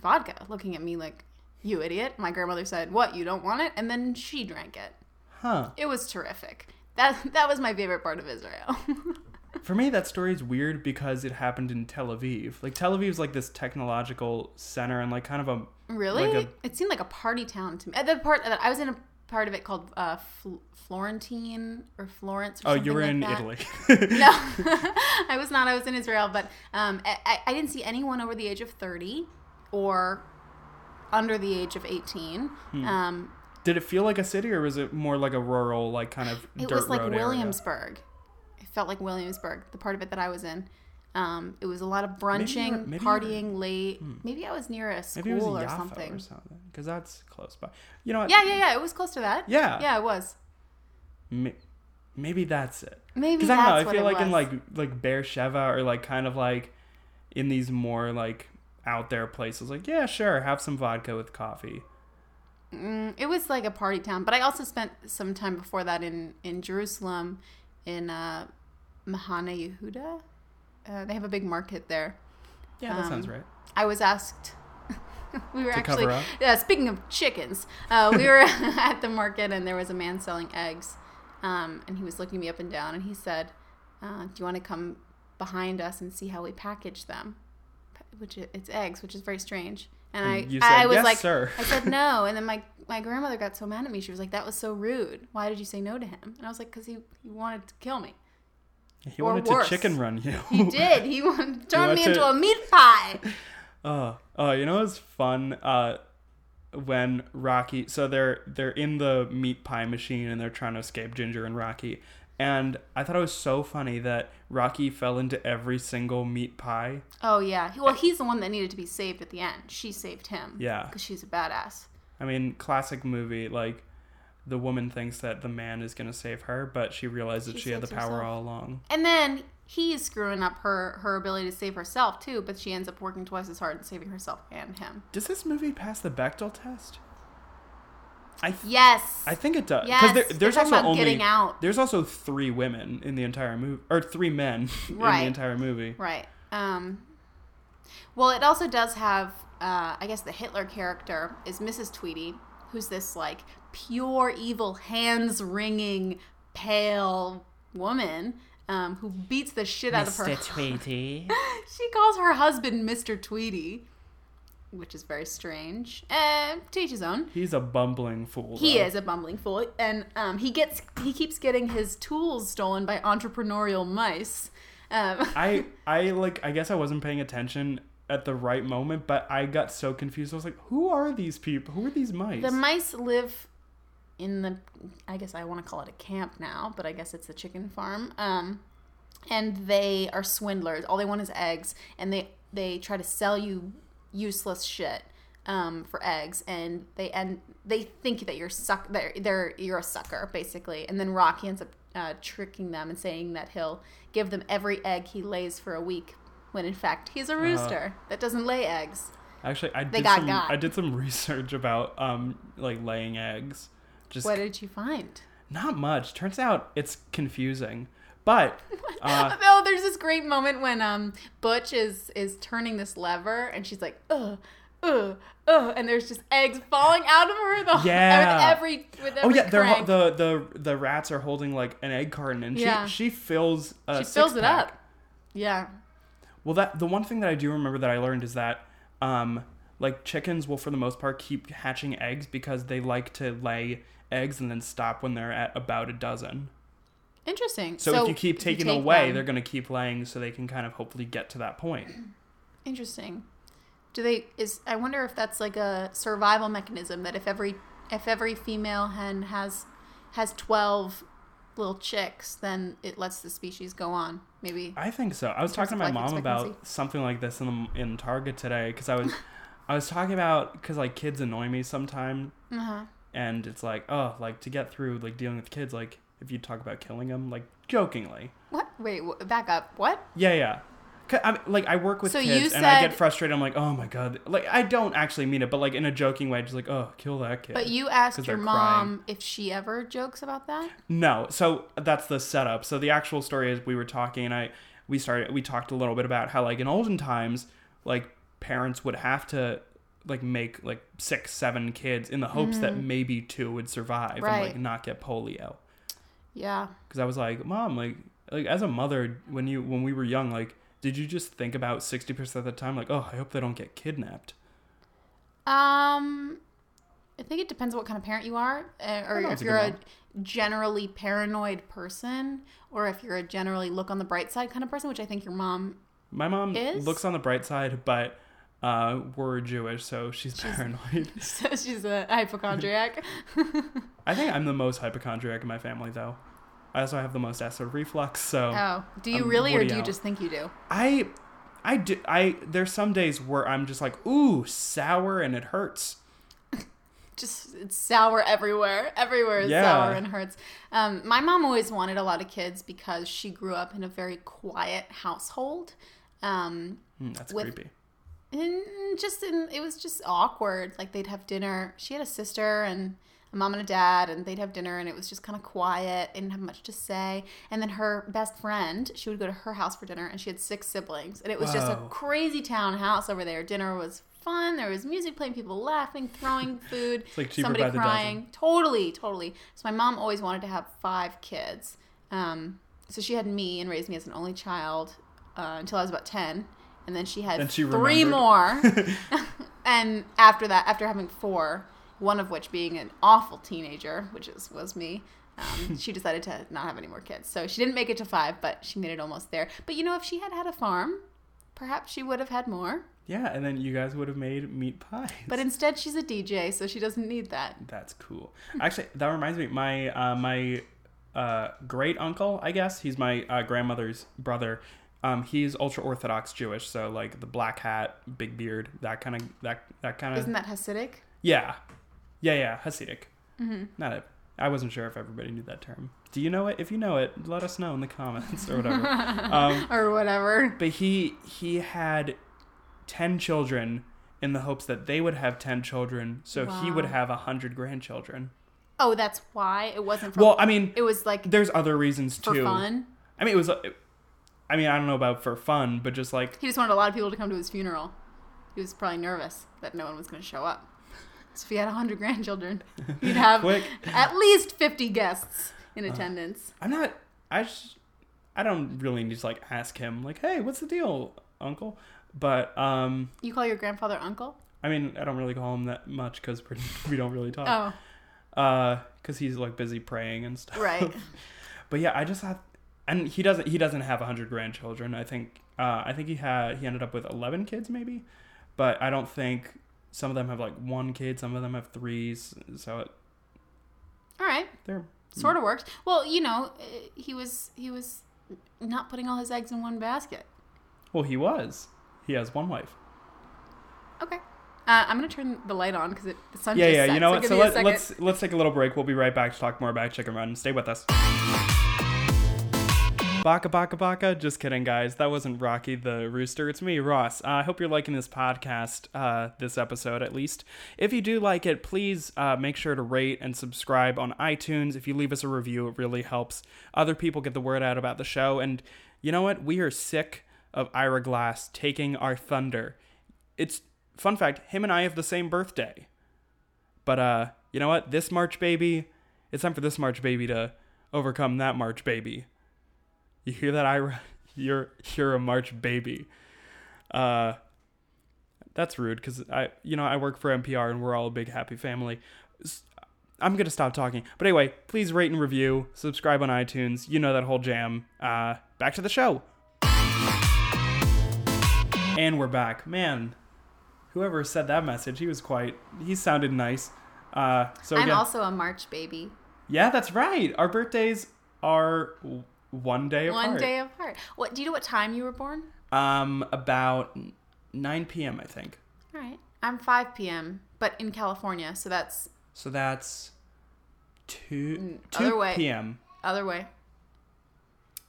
Speaker 3: "Vodka," looking at me like, "You idiot." My grandmother said, "What? You don't want it?" And then she drank it.
Speaker 1: Huh.
Speaker 3: It was terrific. That that was my favorite part of Israel. [laughs]
Speaker 1: For me, that story is weird because it happened in Tel Aviv. Like, Tel Aviv's like this technological center and like kind of a. oh,
Speaker 3: Really?
Speaker 1: Like
Speaker 3: it seemed like a party town to me. Uh, The part that I was in a part of it called uh, Fl- Florentine or Florence. Or
Speaker 1: Oh,
Speaker 3: something
Speaker 1: you were
Speaker 3: like
Speaker 1: in
Speaker 3: that.
Speaker 1: Italy.
Speaker 3: [laughs]
Speaker 1: [laughs]
Speaker 3: No, I was not. I was in Israel, but um, I, I- I didn't see anyone over the age of thirty or under the age of eighteen.
Speaker 1: Hmm.
Speaker 3: Um,
Speaker 1: Did it feel like a city or was it more like a rural, like kind of
Speaker 3: it
Speaker 1: dirt
Speaker 3: was like
Speaker 1: road area?
Speaker 3: Williamsburg. It felt like Williamsburg. The part of it that I was in. Um, it was a lot of brunching,
Speaker 1: maybe you were- Hmm.
Speaker 3: partying late. Maybe I was near a school
Speaker 1: Maybe it was
Speaker 3: or
Speaker 1: Jaffa
Speaker 3: something.
Speaker 1: or something because that's close by. You know what?
Speaker 3: Yeah, yeah, yeah. It was close to that.
Speaker 1: Yeah.
Speaker 3: Yeah, it was.
Speaker 1: Ma- maybe that's it.
Speaker 3: Maybe
Speaker 1: Because I don't know.
Speaker 3: that's
Speaker 1: I
Speaker 3: what
Speaker 1: feel
Speaker 3: it
Speaker 1: like in
Speaker 3: was.
Speaker 1: like like Beersheba or like kind of like in these more like out there places. Like yeah, sure, have some vodka with coffee.
Speaker 3: It was like a party town, but I also spent some time before that in in Jerusalem, in uh, Mahane Yehuda. Uh, they have a big market there.
Speaker 1: Yeah,
Speaker 3: Um,
Speaker 1: that sounds right.
Speaker 3: I was asked. [laughs] we were
Speaker 1: To cover
Speaker 3: actually
Speaker 1: up?
Speaker 3: yeah. Speaking of chickens, uh, we were [laughs] at the market and there was a man selling eggs, um, and he was looking me up and down, and he said, uh, "Do you want to come behind us and see how we package them?" Pa- Which i- it's eggs, which is very strange. And,
Speaker 1: And
Speaker 3: I,
Speaker 1: you
Speaker 3: I
Speaker 1: said,
Speaker 3: was
Speaker 1: "Yes,
Speaker 3: like,
Speaker 1: sir." [laughs]
Speaker 3: I said no, and then my my grandmother got so mad at me. She was like, "That was so rude. Why did you say no to him?" And I was like, "Cause he, he wanted to kill me."
Speaker 1: He
Speaker 3: or
Speaker 1: wanted
Speaker 3: worse.
Speaker 1: to chicken run you.
Speaker 3: He did. He [laughs] wanted, turned me
Speaker 1: wanted-
Speaker 3: into a meat pie.
Speaker 1: Oh, oh, you know what's fun? Uh, when Rocky, so they're they're in the meat pie machine and they're trying to escape Ginger and Rocky. And I thought it was so funny that Rocky fell into every single meat pie.
Speaker 3: Oh yeah. He- Well, he's the one that needed to be saved at the end. She saved him.
Speaker 1: Yeah.
Speaker 3: Because she's a badass.
Speaker 1: I mean, classic movie. Like, the woman thinks that the man is gonna save her, but she realizes she, had the
Speaker 3: saves
Speaker 1: power
Speaker 3: herself.
Speaker 1: all along.
Speaker 3: And then he's screwing up her her ability to save herself too. But she ends up working twice as hard and saving herself and him.
Speaker 1: Does this movie pass the Bechdel test? I th-
Speaker 3: Yes.
Speaker 1: I think it does.
Speaker 3: Yes,
Speaker 1: there,
Speaker 3: they're
Speaker 1: there's
Speaker 3: talking
Speaker 1: also
Speaker 3: about
Speaker 1: only
Speaker 3: getting out.
Speaker 1: there's also three women in the entire movie, or three men [laughs] in
Speaker 3: Right.
Speaker 1: the entire movie.
Speaker 3: right. Um. Well, it also does have. Uh, I guess the Hitler character is Mrs. Tweedy, who's this like pure evil, hands wringing, pale woman um, who beats the shit out of her
Speaker 1: Tweety.
Speaker 3: She calls her husband Mr. Tweety, which is very strange. Uh, to each his own.
Speaker 1: [laughs] He's a bumbling fool.
Speaker 3: He
Speaker 1: though.
Speaker 3: is a bumbling fool, and um, he gets he keeps getting his tools stolen by entrepreneurial mice. Um, [laughs]
Speaker 1: I I like. I guess I wasn't paying attention at the right moment, but I got so confused. I was like, "Who are these people? Who are these mice?"
Speaker 3: the mice live in the I guess I want to call it a camp now, but I guess it's the chicken farm. Um, and they are swindlers. All they want is eggs, and they they try to sell you useless shit um, for eggs, and they and they think that you're suck they're, they're you're a sucker basically, and then Rocky ends up uh, tricking them and saying that he'll give them every egg he lays for a week, when in fact he's a rooster that doesn't lay eggs.
Speaker 1: Actually, I did
Speaker 3: got
Speaker 1: some.
Speaker 3: got.
Speaker 1: I did some [laughs] research about um like laying eggs. Just
Speaker 3: What did you find?
Speaker 1: not much. Turns out it's confusing, but
Speaker 3: no, there's this great moment when um Butch is is turning this lever and she's like, ugh, ugh, ugh, and there's just eggs falling out of her the
Speaker 1: Yeah.
Speaker 3: with every with
Speaker 1: oh
Speaker 3: every
Speaker 1: yeah, they're ho-
Speaker 3: crank.
Speaker 1: the the the rats are holding like an egg carton, and she
Speaker 3: Yeah.
Speaker 1: she fills a
Speaker 3: she fills it
Speaker 1: six-pack.
Speaker 3: up. Yeah.
Speaker 1: Well, that the one thing that I do remember that I learned is that um like chickens will for the most part keep hatching eggs because they like to lay eggs and then stop when they're at about a dozen.
Speaker 3: Interesting.
Speaker 1: So, if you keep
Speaker 3: you
Speaker 1: taking
Speaker 3: take
Speaker 1: away,
Speaker 3: them-
Speaker 1: they're going to keep laying so they can kind of hopefully get to that
Speaker 3: [clears throat]
Speaker 1: point.
Speaker 3: interesting. Do they is I wonder if that's like a survival mechanism that if every if every female hen has has twelve little chicks, then it lets the species go on. Maybe
Speaker 1: I think so. I was
Speaker 3: terms
Speaker 1: talking to my
Speaker 3: of
Speaker 1: mom
Speaker 3: life
Speaker 1: about
Speaker 3: expectancy.
Speaker 1: something like this in the, in Target today because I
Speaker 3: [laughs]
Speaker 1: was I was talking about because like kids annoy me sometime,
Speaker 3: uh-huh.
Speaker 1: and it's like oh like to get through like dealing with kids like if you talk about killing them like jokingly
Speaker 3: what? Wait, wh- back up. What?
Speaker 1: yeah yeah. 'Cause I'm, like I work with
Speaker 3: So you
Speaker 1: kids and I get
Speaker 3: said-
Speaker 1: frustrated. I'm like, oh my god! Like I don't actually mean it, but like in a joking way, just like, oh, kill that kid.
Speaker 3: But you
Speaker 1: 'Cause
Speaker 3: asked
Speaker 1: they're
Speaker 3: your
Speaker 1: crying.
Speaker 3: mom if she ever jokes about that.
Speaker 1: No, so that's the setup. So the actual story is we were talking, and I we started we talked a little bit about how like in olden times, like parents would have to like make like six, seven kids in the hopes that maybe two would survive and like
Speaker 3: Mm. Right.
Speaker 1: not get polio.
Speaker 3: Yeah.
Speaker 1: Because I was like, mom, like like as a mother, when you when we were young, like did you just think about sixty percent of the time like, oh, I hope they don't get kidnapped?
Speaker 3: Um, I think it depends what kind of parent you are, uh, or
Speaker 1: that's
Speaker 3: if
Speaker 1: a
Speaker 3: you're
Speaker 1: good
Speaker 3: a generally paranoid person, or if you're a generally look on the bright side kind of person, which I think your mom [laughs]
Speaker 1: My mom
Speaker 3: Is?
Speaker 1: looks on the bright side, but uh, we're Jewish, so she's paranoid. [laughs]
Speaker 3: So she's a hypochondriac.
Speaker 1: I think I'm the most hypochondriac in my family, though. I also have the most acid reflux, so
Speaker 3: oh, do you
Speaker 1: I'm
Speaker 3: really, or
Speaker 1: Woody
Speaker 3: do you
Speaker 1: Allen.
Speaker 3: just think you do?
Speaker 1: I, I do. I there's some days where I'm just like, ooh, sour, and it hurts.
Speaker 3: Just it's sour everywhere. Everywhere is
Speaker 1: Yeah.
Speaker 3: sour and hurts. Um, my mom always wanted a lot of kids because she grew up in a very quiet household. Um,
Speaker 1: Mm, that's
Speaker 3: With-
Speaker 1: creepy.
Speaker 3: and just in it was just awkward like they'd have dinner she had a sister and a mom and a dad and they'd have dinner and it was just kind of quiet they didn't have much to say and then her best friend she would go to her house for dinner and she had six siblings and it was just a
Speaker 1: Wow.
Speaker 3: crazy town house over there dinner was fun there was music playing people laughing
Speaker 1: [laughs]
Speaker 3: throwing food
Speaker 1: like cheaper
Speaker 3: somebody
Speaker 1: by the dozen.
Speaker 3: crying totally totally so my mom always wanted to have five kids um, so she had me and raised me as an only child uh, until i was about 10 and then she had
Speaker 1: Then she
Speaker 3: three
Speaker 1: remembered.
Speaker 3: more
Speaker 1: [laughs]
Speaker 3: [laughs] and after that after having four one of which being an awful teenager which is was me
Speaker 1: [laughs]
Speaker 3: um, she decided to not have any more kids so she didn't make it to five but she made it almost there but you know if she had had a farm perhaps she would have had more
Speaker 1: Yeah, and then you guys would have made meat pies.
Speaker 3: but instead she's a dj so she doesn't need that
Speaker 1: that's cool. Actually, that reminds me. My uh, my uh, great uncle, I guess he's my uh, grandmother's brother. Um, he's ultra orthodox Jewish, so like the black hat, big beard, that kind of that that kind of
Speaker 3: isn't that hasidic
Speaker 1: Yeah. Yeah, yeah, Hasidic. Mm-hmm. Not it. I wasn't sure if everybody knew that term. Do you know it? If you know it, let us know in the comments or whatever.
Speaker 3: [laughs]
Speaker 1: um,
Speaker 3: or whatever
Speaker 1: but he he had 10 children in the hopes that they would have 10 children so he would
Speaker 3: Wow.
Speaker 1: have 100 grandchildren.
Speaker 3: oh that's why it wasn't from
Speaker 1: Well, I mean,
Speaker 3: Oh, it was like
Speaker 1: there's other reasons
Speaker 3: for
Speaker 1: too.
Speaker 3: fun
Speaker 1: I mean, it was I mean, I don't know about for fun, but just like
Speaker 3: He just wanted a lot of people to come to his funeral. He was probably nervous that no one was going to show up. So if he had 100 [laughs] grandchildren, he'd have
Speaker 1: Quick. Uh.
Speaker 3: at least 50 guests in attendance.
Speaker 1: I'm not. I just. I don't really need to like ask him like, hey, what's the deal, Uncle? But um,
Speaker 3: You call your grandfather uncle?
Speaker 1: I mean, I don't really call him that much because [laughs] we don't really talk.
Speaker 3: Oh,
Speaker 1: Because he's like busy praying and stuff.
Speaker 3: right.
Speaker 1: [laughs] But yeah, I just have, and he doesn't. He doesn't have hundred grandchildren. I think. Uh, I think he had. He ended up with eleven kids, maybe. But I don't think some of them have like one kid. Some of them have threes. So it,
Speaker 3: All right.
Speaker 1: they're
Speaker 3: Sort of worked. Well, you know, eh, he was he was not putting all his eggs in one basket.
Speaker 1: well. He was. He has one wife.
Speaker 3: Okay. Uh, I'm going to turn the light on because the sun
Speaker 1: Yeah,
Speaker 3: just
Speaker 1: yeah.
Speaker 3: set,
Speaker 1: You know
Speaker 3: so
Speaker 1: what?
Speaker 3: give
Speaker 1: So
Speaker 3: me a
Speaker 1: let,
Speaker 3: second.
Speaker 1: let's let's take a little break. We'll be right back to talk more about Chicken Run. Stay with us. Baka baka baka. Just kidding, guys. That wasn't Rocky the Rooster. It's me, Ross. Uh, I hope you're liking this podcast, uh, this episode at least. If you do like it, please uh, make sure to rate and subscribe on iTunes. If you leave us a review, it really helps other people get the word out about the show. And you know what? We are sick of Ira Glass taking our thunder. It's fun fact. Him and I have the same birthday. But uh, you know what? This March baby, it's time for this March baby to overcome that March baby. You hear that, Ira? [laughs] You're you're a March baby. Uh, that's rude because I, you know, I work for NPR and we're all a big happy family. S- I'm gonna stop talking. But anyway, please rate and review, subscribe on iTunes. You know that whole jam. Uh, back to the show. And we're back, man. Whoever said that message, he was quite. He sounded nice. Uh, so
Speaker 3: I'm
Speaker 1: again,
Speaker 3: also a March baby.
Speaker 1: yeah, that's right. Our birthdays are w- one day apart.
Speaker 3: One day apart. What do you know? What time you were born?
Speaker 1: Um, about 9 p.m. I think.
Speaker 3: All right, I'm 5 p.m. But in California, so that's
Speaker 1: So that's two
Speaker 3: other
Speaker 1: two
Speaker 3: way.
Speaker 1: p.m.
Speaker 3: other way.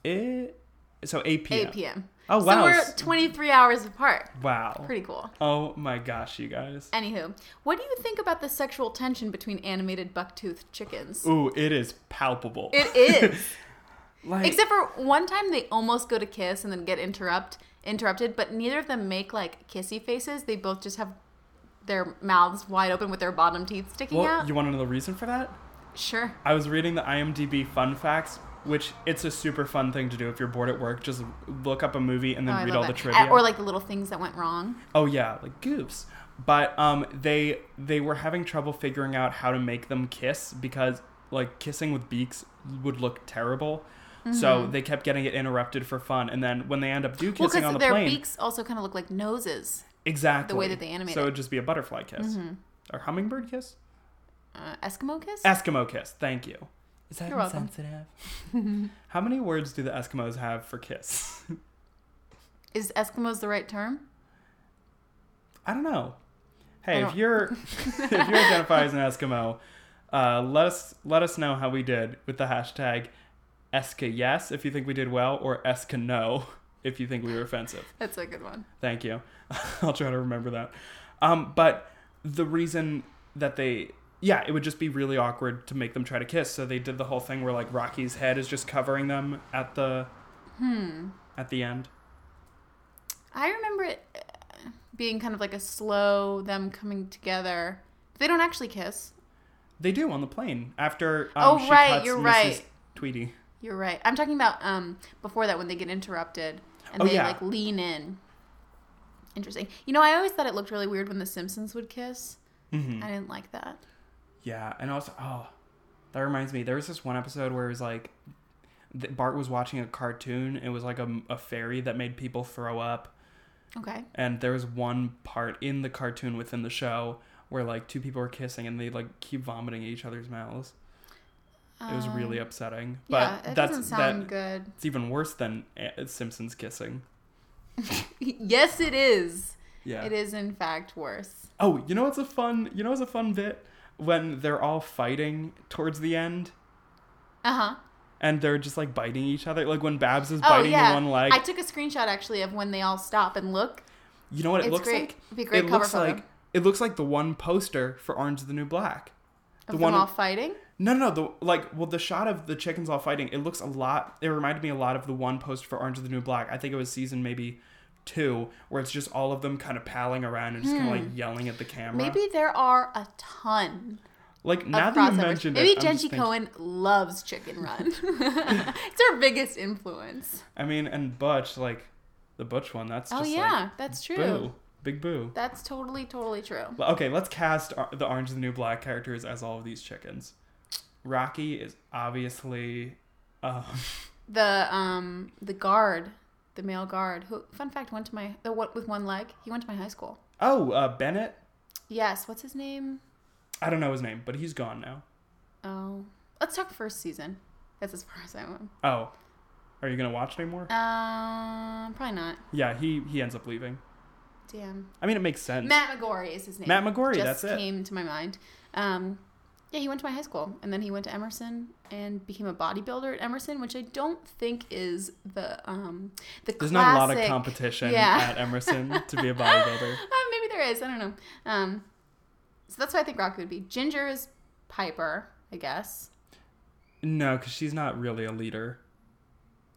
Speaker 1: It, so 8 p.m.
Speaker 3: 8 p.m.
Speaker 1: Oh,
Speaker 3: So
Speaker 1: wow.
Speaker 3: we're 23 hours apart.
Speaker 1: Wow.
Speaker 3: Pretty cool.
Speaker 1: Oh my gosh, you guys.
Speaker 3: Anywho, what do you think about the sexual tension between animated bucktooth chickens?
Speaker 1: Ooh, it is palpable.
Speaker 3: It is.
Speaker 1: [laughs] like,
Speaker 3: Except for one time they almost go to kiss and then get interrupt interrupted, but neither of them make like kissy faces. They both just have their mouths wide open with their bottom teeth sticking
Speaker 1: well,
Speaker 3: out.
Speaker 1: you want to know the reason for that?
Speaker 3: sure.
Speaker 1: I was reading the IMDb fun facts, which it's a super fun thing to do if you're bored at work. Just look up a movie and
Speaker 3: Oh,
Speaker 1: then
Speaker 3: I
Speaker 1: read
Speaker 3: love
Speaker 1: all the
Speaker 3: that.
Speaker 1: trivia.
Speaker 3: Or like the little things that went wrong.
Speaker 1: oh yeah, like goofs. But um, they they were having trouble figuring out how to make them kiss because like kissing with beaks would look terrible. So they kept getting it interrupted for fun, and then when they end up do
Speaker 3: Mm-hmm. Well,
Speaker 1: kissing on
Speaker 3: because
Speaker 1: the
Speaker 3: their
Speaker 1: plane,
Speaker 3: beaks also kind of look like noses.
Speaker 1: exactly
Speaker 3: that they Mm-hmm. animate
Speaker 1: so
Speaker 3: it.
Speaker 1: it'd just be a butterfly kiss or hummingbird kiss.
Speaker 3: Uh, Eskimo kiss?
Speaker 1: Eskimo kiss. Thank you. Is that
Speaker 3: You're welcome.
Speaker 1: insensitive? [laughs] How many words do the Eskimos have for kiss?
Speaker 3: Is Eskimos the right term?
Speaker 1: I don't know.
Speaker 3: I
Speaker 1: Hey, if
Speaker 3: don't- [laughs]
Speaker 1: you're [laughs] if you identify as an Eskimo, uh, let us let us know how we did with the hashtag Eska yes if you think we did well or Eska no [laughs] if you think we were offensive.
Speaker 3: That's a good one.
Speaker 1: Thank you. [laughs] I'll try to remember that. Um, but the reason that they, yeah, it would just be really awkward to make them try to kiss. So they did the whole thing where like Rocky's head is just covering them at the,
Speaker 3: Hmm.
Speaker 1: at the end.
Speaker 3: I remember it uh, being kind of like a slow them coming together. They don't actually kiss.
Speaker 1: They do on the plane after. Um,
Speaker 3: Oh,
Speaker 1: she
Speaker 3: right,
Speaker 1: cuts
Speaker 3: you're
Speaker 1: Mrs.
Speaker 3: right.
Speaker 1: Tweety.
Speaker 3: You're right. I'm talking about um before that when they get interrupted and
Speaker 1: Oh,
Speaker 3: they
Speaker 1: yeah.
Speaker 3: like lean in. Interesting. You know, I always thought it looked really weird when the Simpsons would kiss.
Speaker 1: Mm-hmm.
Speaker 3: I didn't like that.
Speaker 1: Yeah, and also, oh, that reminds me. There was this one episode where it was like, th- Bart was watching a cartoon. It was like a, a fairy that made people throw up.
Speaker 3: Okay.
Speaker 1: and there was one part in the cartoon within the show where like two people were kissing and they like keep vomiting at each other's mouths. It was really upsetting, but
Speaker 3: Um, yeah, it
Speaker 1: that's
Speaker 3: doesn't sound
Speaker 1: that,
Speaker 3: good. [laughs]
Speaker 1: It's even worse than uh, Simpsons kissing.
Speaker 3: yes, it is.
Speaker 1: Yeah.
Speaker 3: It is in fact worse.
Speaker 1: Oh, you know what's a fun? You know what's a fun bit when they're all fighting towards the end
Speaker 3: Uh huh.
Speaker 1: and they're just like biting each other. Like when Babs is
Speaker 3: Oh
Speaker 1: biting
Speaker 3: yeah.
Speaker 1: the one leg.
Speaker 3: I took a screenshot actually of when they all stop and look.
Speaker 1: you know what it
Speaker 3: It's
Speaker 1: looks
Speaker 3: great.
Speaker 1: like?
Speaker 3: It'd be a great
Speaker 1: it
Speaker 3: cover
Speaker 1: looks
Speaker 3: photo.
Speaker 1: like it looks like the one poster for Orange is the New Black.
Speaker 3: Of
Speaker 1: The
Speaker 3: them
Speaker 1: one- Uh-huh.
Speaker 3: all fighting.
Speaker 1: No, no, no. The like, well, the shot of the chickens all fighting. It looks a lot. It reminded me a lot of the one post for Orange is the New Black. I think it was season maybe two, where it's just all of them kind of palling around and just kind of like yelling at the camera.
Speaker 3: Hmm. Maybe there are a ton
Speaker 1: like
Speaker 3: of
Speaker 1: now that you
Speaker 3: crossovers.
Speaker 1: mentioned
Speaker 3: Maybe
Speaker 1: it, I'm
Speaker 3: Genji
Speaker 1: just thinking-
Speaker 3: Cohen loves Chicken Run. [laughs] it's her biggest influence.
Speaker 1: I mean, and Butch, like the Butch one. That's
Speaker 3: oh
Speaker 1: just
Speaker 3: yeah,
Speaker 1: like,
Speaker 3: that's true.
Speaker 1: boo, big boo.
Speaker 3: That's totally totally true.
Speaker 1: Well, okay, let's cast Ar- the Orange is the New Black characters as all of these chickens. Rocky is obviously. Um,
Speaker 3: The um the guard, the male guard who fun fact went to my the what with one leg. He went to my high school.
Speaker 1: oh, uh, Bennett.
Speaker 3: Yes, what's his name?
Speaker 1: I don't know his name, but he's gone now.
Speaker 3: Oh, let's talk first season. That's as far as I went.
Speaker 1: Oh, are you gonna watch anymore?
Speaker 3: Um, probably not.
Speaker 1: Yeah, he he ends up leaving.
Speaker 3: Damn.
Speaker 1: I mean, it makes sense.
Speaker 3: Matt McGorry is his name.
Speaker 1: Matt McGorry,
Speaker 3: Just
Speaker 1: that's it.
Speaker 3: came to my mind. Um, yeah, he went to my high school, and then he went to Emerson and became a bodybuilder at Emerson, which I don't think is the um the
Speaker 1: There's
Speaker 3: classic,
Speaker 1: not a lot of competition
Speaker 3: Yeah. [laughs]
Speaker 1: at Emerson to be a bodybuilder.
Speaker 3: Uh, maybe there is. I don't know. Um, so that's why I think Rocky would be. Ginger is Piper, I guess.
Speaker 1: No, because she's not really a leader.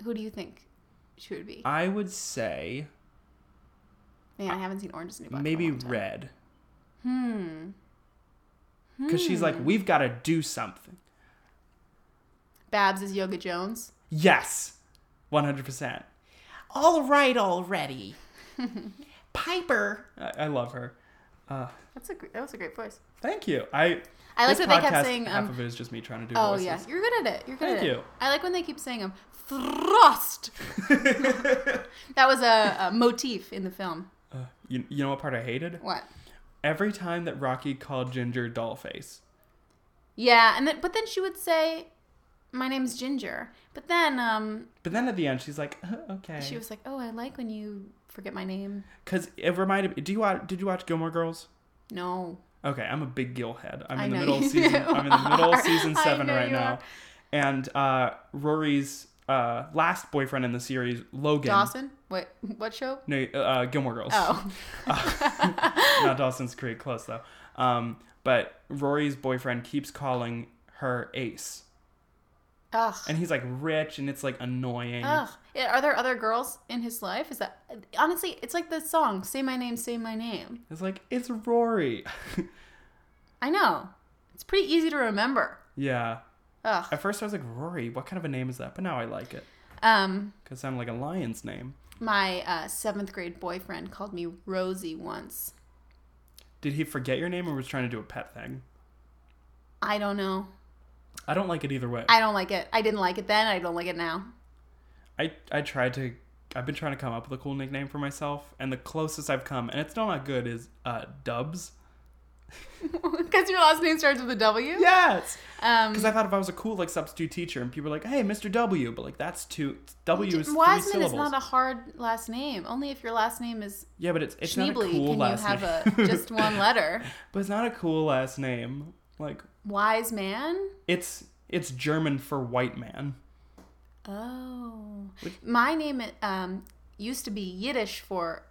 Speaker 3: Who do you think she would be?
Speaker 1: I would say
Speaker 3: Man, I haven't seen Orange is the New Black. in a
Speaker 1: maybe
Speaker 3: long time.
Speaker 1: Red. Hmm. Because she's like, we've got to do something.
Speaker 3: Babs is Yoga Jones.
Speaker 1: Yes, one hundred percent.
Speaker 4: All right
Speaker 1: [laughs]
Speaker 4: already. Piper
Speaker 1: I I love her.
Speaker 3: That's a gr- that was a great voice.
Speaker 1: Thank you. I.
Speaker 3: I like
Speaker 1: this
Speaker 3: that they kept
Speaker 1: podcast,
Speaker 3: saying,
Speaker 1: half
Speaker 3: um,
Speaker 1: of it is just me trying to do
Speaker 3: Oh
Speaker 1: voices.
Speaker 3: yeah, you're good at it. You're good
Speaker 1: Thank
Speaker 3: at it.
Speaker 1: you.
Speaker 3: I like when they keep saying um
Speaker 1: [laughs]
Speaker 3: thrust. that was a, a motif in the film.
Speaker 1: Uh, You, you know what part I hated?
Speaker 3: What?
Speaker 1: Every time that Rocky called Ginger Dollface.
Speaker 3: Yeah, and then, but then she would say, my name's Ginger. But then um,
Speaker 1: But then at the end, she's like, [laughs] "Uh, okay.
Speaker 3: she was like, oh, I like when you forget my name.
Speaker 1: Because it reminded me. Do you watch, did you watch Gilmore Girls?
Speaker 3: No.
Speaker 1: Okay, I'm a big Gil head. I'm
Speaker 3: I
Speaker 1: in the
Speaker 3: know
Speaker 1: middle of
Speaker 3: you [laughs]
Speaker 1: season. I'm in the middle of
Speaker 3: are.
Speaker 1: season
Speaker 3: I
Speaker 1: seven
Speaker 3: know
Speaker 1: right
Speaker 3: you
Speaker 1: now,
Speaker 3: are.
Speaker 1: and uh, Rory's uh, last boyfriend in the series, Logan.
Speaker 3: Dawson? What
Speaker 1: [laughs]
Speaker 3: what show?
Speaker 1: No, uh, Gilmore Girls.
Speaker 3: Oh.
Speaker 1: [laughs] not Dawson's Creek, close though. Um, but Rory's boyfriend keeps calling her Ace,
Speaker 3: Ugh.
Speaker 1: and he's like rich, and it's like annoying.
Speaker 3: Ugh. Yeah, Are there other girls in his life? Is that honestly? It's like the song "Say My Name, Say My Name."
Speaker 1: It's like it's Rory. [laughs]
Speaker 3: I know. It's pretty easy to remember.
Speaker 1: yeah.
Speaker 3: Ugh.
Speaker 1: At first, I was like Rory. What kind of a name is that? But now I like it
Speaker 3: Um,
Speaker 1: because I'm like a lion's name.
Speaker 3: my uh, seventh grade boyfriend called me Rosie once.
Speaker 1: Did he forget your name, or was trying to do a pet thing?
Speaker 3: I don't know.
Speaker 1: I don't like it either way.
Speaker 3: I don't like it. I didn't like it then. I don't like it now. [laughs]
Speaker 1: I I tried to. I've been trying to come up with a cool nickname for myself, and the closest I've come, and it's still not good, is uh, Dubs.
Speaker 3: Because your last name starts with a W.
Speaker 1: Yes,
Speaker 3: Um,
Speaker 1: because I thought if I was a cool like substitute teacher, and people were like, "Hey, Mr. W," but like that's two W is three
Speaker 3: Wiseman
Speaker 1: syllables.
Speaker 3: is not a hard last name. Only if your last name is
Speaker 1: yeah, but it's it's not a
Speaker 3: Schneebly
Speaker 1: cool
Speaker 3: can you
Speaker 1: last
Speaker 3: have
Speaker 1: name. [laughs]
Speaker 3: a just one letter.
Speaker 1: but it's not a cool last name. Like
Speaker 3: Wise man.
Speaker 1: it's it's German for white man.
Speaker 3: Oh, my name um, used to be Yiddish for,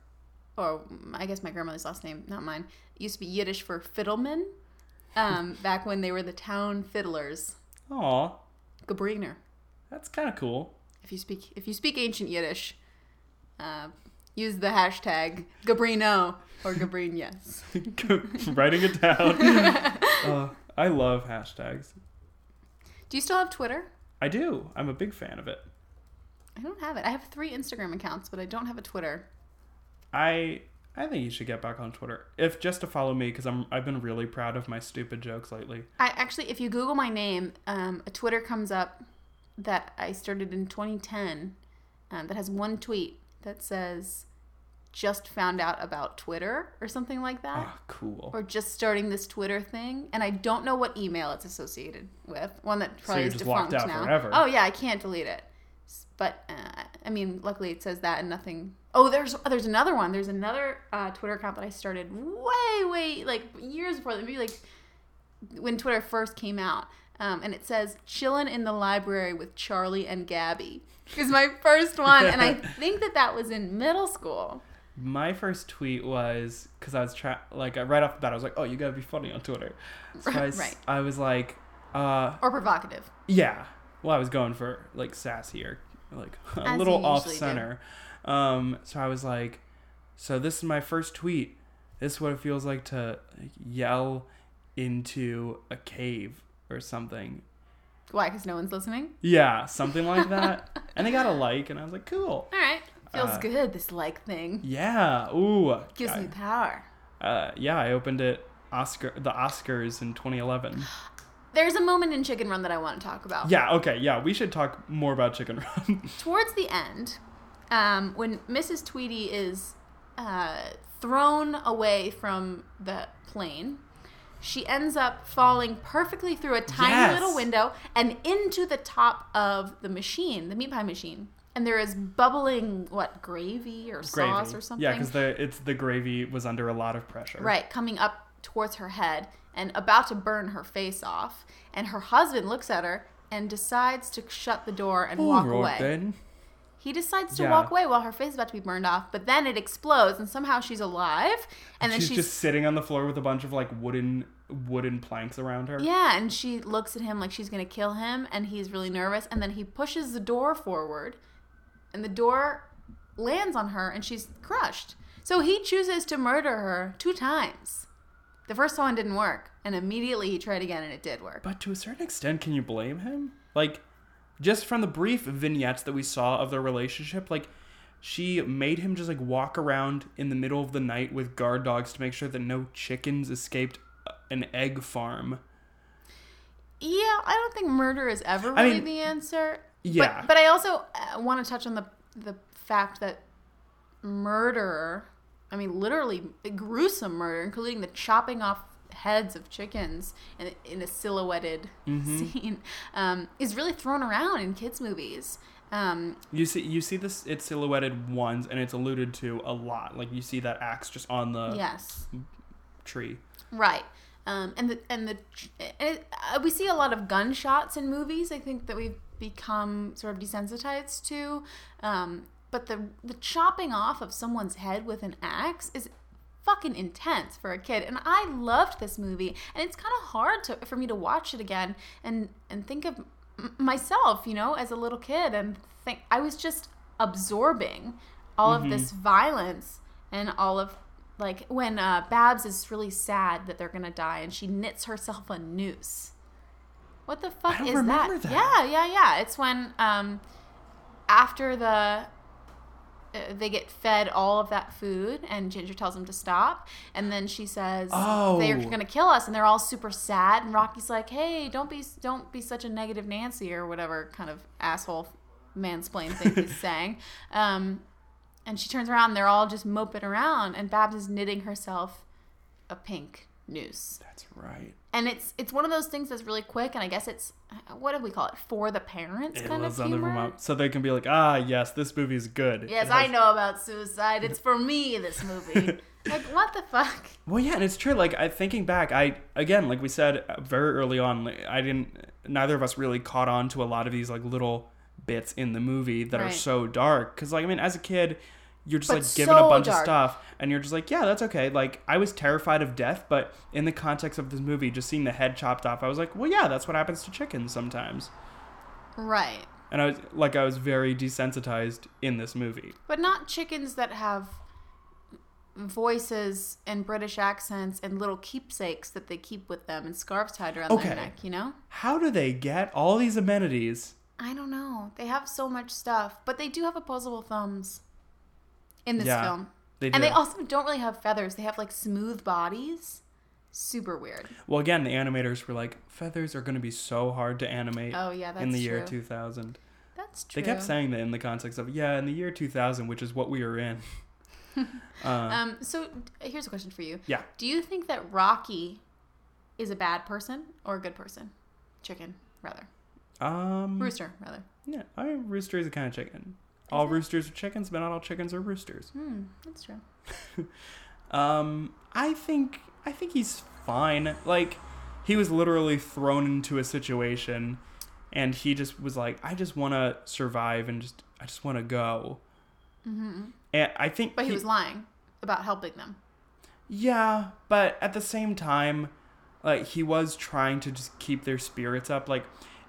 Speaker 3: or I guess my grandmother's last name, not mine, used to be Yiddish for fiddleman. Um, back when they were the town fiddlers,
Speaker 1: Aw,
Speaker 3: Gabriner.
Speaker 1: that's kind of cool. [laughs]
Speaker 3: If you speak, if you speak ancient Yiddish, uh, use the hashtag Gabrino or Gabrinas.
Speaker 1: Writing it
Speaker 3: [laughs]
Speaker 1: down. uh, I love hashtags.
Speaker 3: Do you still have Twitter?
Speaker 1: I do. I'm a big fan of it.
Speaker 3: I don't have it. I have three Instagram accounts, but I don't have a Twitter.
Speaker 1: I I think you should get back on Twitter, if just to follow me, because I'm I've been really proud of my stupid jokes lately.
Speaker 3: I actually, if you Google my name, um, a Twitter comes up that I started in 2010 um, that has one tweet that says, just found out about Twitter or something like that,
Speaker 1: Ah, cool.
Speaker 3: or just starting this Twitter thing. And I don't know what email it's associated with, one that probably
Speaker 1: you're
Speaker 3: is
Speaker 1: just locked
Speaker 3: defunct
Speaker 1: out
Speaker 3: now.
Speaker 1: forever.
Speaker 3: Oh, yeah, I can't delete it. S- But uh, I mean, luckily it says that and nothing. Oh, there's there's another one. There's another uh, Twitter account that I started way, way like years before, maybe like when Twitter first came out, um, and it says "chillin' in the library with Charlie and Gabby" is my first one, and
Speaker 1: [laughs]
Speaker 3: I think that that was in middle school.
Speaker 1: My first tweet was because I was trying, like, I- right off the bat, I was like, "Oh, you gotta be funny on
Speaker 3: [laughs]
Speaker 1: Twitter." So I, s-
Speaker 3: Right.
Speaker 1: I was like, uh,
Speaker 3: Or provocative.
Speaker 1: yeah. Well, I was going for like sassy or like [laughs] a
Speaker 3: As
Speaker 1: little
Speaker 3: you
Speaker 1: off
Speaker 3: usually do.
Speaker 1: center. Um, so I was like, "So this is my first tweet. This is what it feels like to yell into a cave or something."
Speaker 3: Why? Because no one's listening.
Speaker 1: Yeah, something like
Speaker 3: [laughs]
Speaker 1: that. and they got a like, and I was like, cool.
Speaker 3: All right, feels
Speaker 1: Uh,
Speaker 3: good. This like thing
Speaker 1: Yeah. Ooh.
Speaker 3: gives
Speaker 1: I-
Speaker 3: me power.
Speaker 1: uh, yeah, I opened it Oscar the Oscars in
Speaker 3: [gasps]
Speaker 1: 2011.
Speaker 3: There's a moment in Chicken Run that I want to talk about.
Speaker 1: Yeah. Okay. Yeah, we should talk more about Chicken Run. [laughs]
Speaker 3: towards the end, um, when Mrs. Tweedy is uh, thrown away from the plane, she ends up falling perfectly through a tiny
Speaker 1: Yes.
Speaker 3: little window and into the top of the machine, the meat pie machine. And there is bubbling, what, gravy or sauce or something?
Speaker 1: Yeah, because the it's the gravy was under a lot of pressure.
Speaker 3: Right, coming up towards her head and about to burn her face off. And her husband looks at her and decides to shut the door and
Speaker 1: Ooh,
Speaker 3: walk away.
Speaker 1: Robin.
Speaker 3: He decides to
Speaker 1: Yeah.
Speaker 3: walk away while her face is about to be burned off, but then it explodes and somehow she's alive. And then
Speaker 1: She's,
Speaker 3: she's,
Speaker 1: just sitting on the floor with a bunch of like wooden wooden planks around her.
Speaker 3: yeah, and she looks at him like she's gonna kill him, and he's really nervous. And then he pushes the door forward, and the door lands on her, and she's crushed. So he chooses to murder her two times. The first one didn't work, and immediately he tried again, and it did work.
Speaker 1: But to a certain extent, can you blame him? Like, just from the brief vignettes that we saw of their relationship, like, she made him just like walk around in the middle of the night with guard dogs to make sure that no chickens escaped uh, an egg farm.
Speaker 3: Yeah, I don't think murder is ever
Speaker 1: I
Speaker 3: really
Speaker 1: mean,
Speaker 3: the answer.
Speaker 1: yeah.
Speaker 3: But, but I also uh, want to touch on the the fact that murder, I mean, literally gruesome murder, including the chopping off heads of chickens in, in a silhouetted [laughs] scene um, is really thrown around in kids' movies. Um,
Speaker 1: You see, you see this. It's silhouetted once, and it's alluded to a lot. Like you see that axe just on the
Speaker 3: yes.
Speaker 1: tree.
Speaker 3: Right. Um, and the and the and uh, we see a lot of gunshots in movies. I think that we've become sort of desensitized to. Um, but the the chopping off of someone's head with an axe is fucking intense for a kid. And I loved this movie. And it's kind of hard to, for me to watch it again and and think of m- myself, you know, as a little kid and think I was just absorbing all of this violence and all of like when uh, Babs is really sad that they're gonna die, and she knits herself a noose. What the fuck
Speaker 1: I don't
Speaker 3: is
Speaker 1: remember
Speaker 3: that?
Speaker 1: that.
Speaker 3: Yeah, yeah, yeah. It's when um, after the uh, they get fed all of that food, and Ginger tells them to stop, and then she says,
Speaker 1: Oh.
Speaker 3: they're gonna kill us," and they're all super sad. And Rocky's like, "Hey, don't be don't be such a negative Nancy or whatever kind of asshole mansplain
Speaker 1: [laughs]
Speaker 3: thing he's saying." Um, and she turns around and they're all just moping around and Babs is knitting herself a pink noose.
Speaker 1: That's right.
Speaker 3: And it's it's one of those things that's really quick and I guess it's what do we call it? For the parents
Speaker 1: It
Speaker 3: kind
Speaker 1: was
Speaker 3: of
Speaker 1: on the
Speaker 3: humor.
Speaker 1: remote, so they can be like, ah, yes, this movie is good.
Speaker 3: Yes,
Speaker 1: It
Speaker 3: I
Speaker 1: has-
Speaker 3: know about suicide. It's for me
Speaker 1: [laughs]
Speaker 3: this movie. like what the fuck?
Speaker 1: Well, yeah, and it's true. Like I thinking back, I again, like we said uh, very early on, like, I didn't. Neither of us really caught on to a lot of these like little bits in the movie that are
Speaker 3: Right.
Speaker 1: so dark. Because like I mean, as a kid, you're just
Speaker 3: But
Speaker 1: like given a
Speaker 3: so
Speaker 1: bunch of
Speaker 3: dark.
Speaker 1: stuff, and you're just like, yeah, that's okay. Like I was terrified of death, but in the context of this movie, just seeing the head chopped off, I was like, well, yeah, that's what happens to chickens sometimes.
Speaker 3: Right.
Speaker 1: And I was like, I was very desensitized in this movie.
Speaker 3: But not chickens that have voices and British accents and little keepsakes that they keep with them and scarves tied around
Speaker 1: Okay.
Speaker 3: their neck, you know?
Speaker 1: How do they get all these amenities?
Speaker 3: I don't know. They have so much stuff, but they do have opposable thumbs in this
Speaker 1: Yeah,
Speaker 3: film.
Speaker 1: They
Speaker 3: And
Speaker 1: do.
Speaker 3: they also don't really have feathers. They have like smooth bodies. Super weird.
Speaker 1: Well, again, the animators were like, feathers are going to be so hard to animate.
Speaker 3: Oh, yeah,
Speaker 1: in
Speaker 3: that's
Speaker 1: the year
Speaker 3: true.
Speaker 1: 2000,
Speaker 3: That's true.
Speaker 1: they kept saying that in the context of yeah, in the year 2000, which is what we are in. [laughs]
Speaker 3: Um, so d- here's a question for you.
Speaker 1: Yeah,
Speaker 3: Do you think that Rocky is a bad person or a good person? Chicken, rather.
Speaker 1: um,
Speaker 3: Rooster, rather.
Speaker 1: yeah, I mean, rooster is a kind of chicken. All roosters are chickens, but not all chickens are roosters.
Speaker 3: Hmm, that's true.
Speaker 1: Um, I think I think he's fine. Like, he was literally thrown into a situation, and he just was like, I just want to survive and just I just want to go. Mm-hmm. And I think,
Speaker 3: But he was lying about helping them.
Speaker 1: Yeah, but at the same time, like he was trying to just keep their spirits up. Like,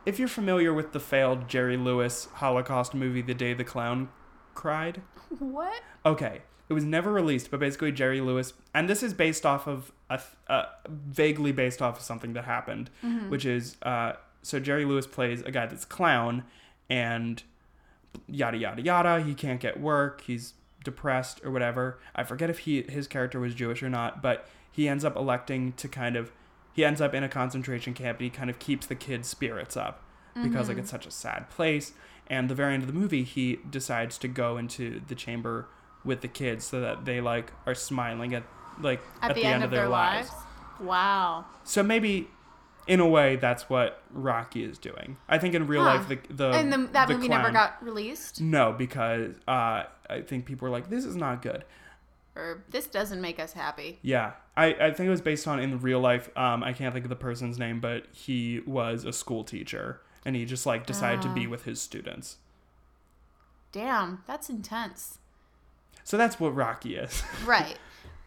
Speaker 1: if you're familiar with the failed Jerry Lewis Holocaust movie, The Day the Clown Cried,
Speaker 3: [laughs] What?
Speaker 1: okay, it was never released, but basically Jerry Lewis, and this is based off of a th- uh, vaguely based off of something that happened, which is uh, so Jerry Lewis plays a guy that's a clown, and yada yada yada. He can't get work. He's depressed or whatever. I forget if he his character was Jewish or not, but he ends up electing to kind of he ends up in a concentration camp and he kind of keeps the kids' spirits up because
Speaker 3: Mm-hmm.
Speaker 1: like it's such a sad place. And the very end of the movie, he decides to go into the chamber with the kids so that they like are smiling at like
Speaker 3: At, the, end, of their, lives. Wow.
Speaker 1: So maybe. In a way, that's what Rocky is doing. I think in real
Speaker 3: Huh.
Speaker 1: life, the the
Speaker 3: and the, that
Speaker 1: the
Speaker 3: movie never
Speaker 1: clown-
Speaker 3: got released.
Speaker 1: no, because uh, I think people were like, "This is not good."
Speaker 3: Or this doesn't make us happy.
Speaker 1: Yeah, I, I think it was based on in real life. Um, I can't think of the person's name, but he was a school teacher, and he just like decided to be
Speaker 3: Ah.
Speaker 1: with his students.
Speaker 3: Damn, that's intense.
Speaker 1: So that's what Rocky is. [laughs]
Speaker 3: Right.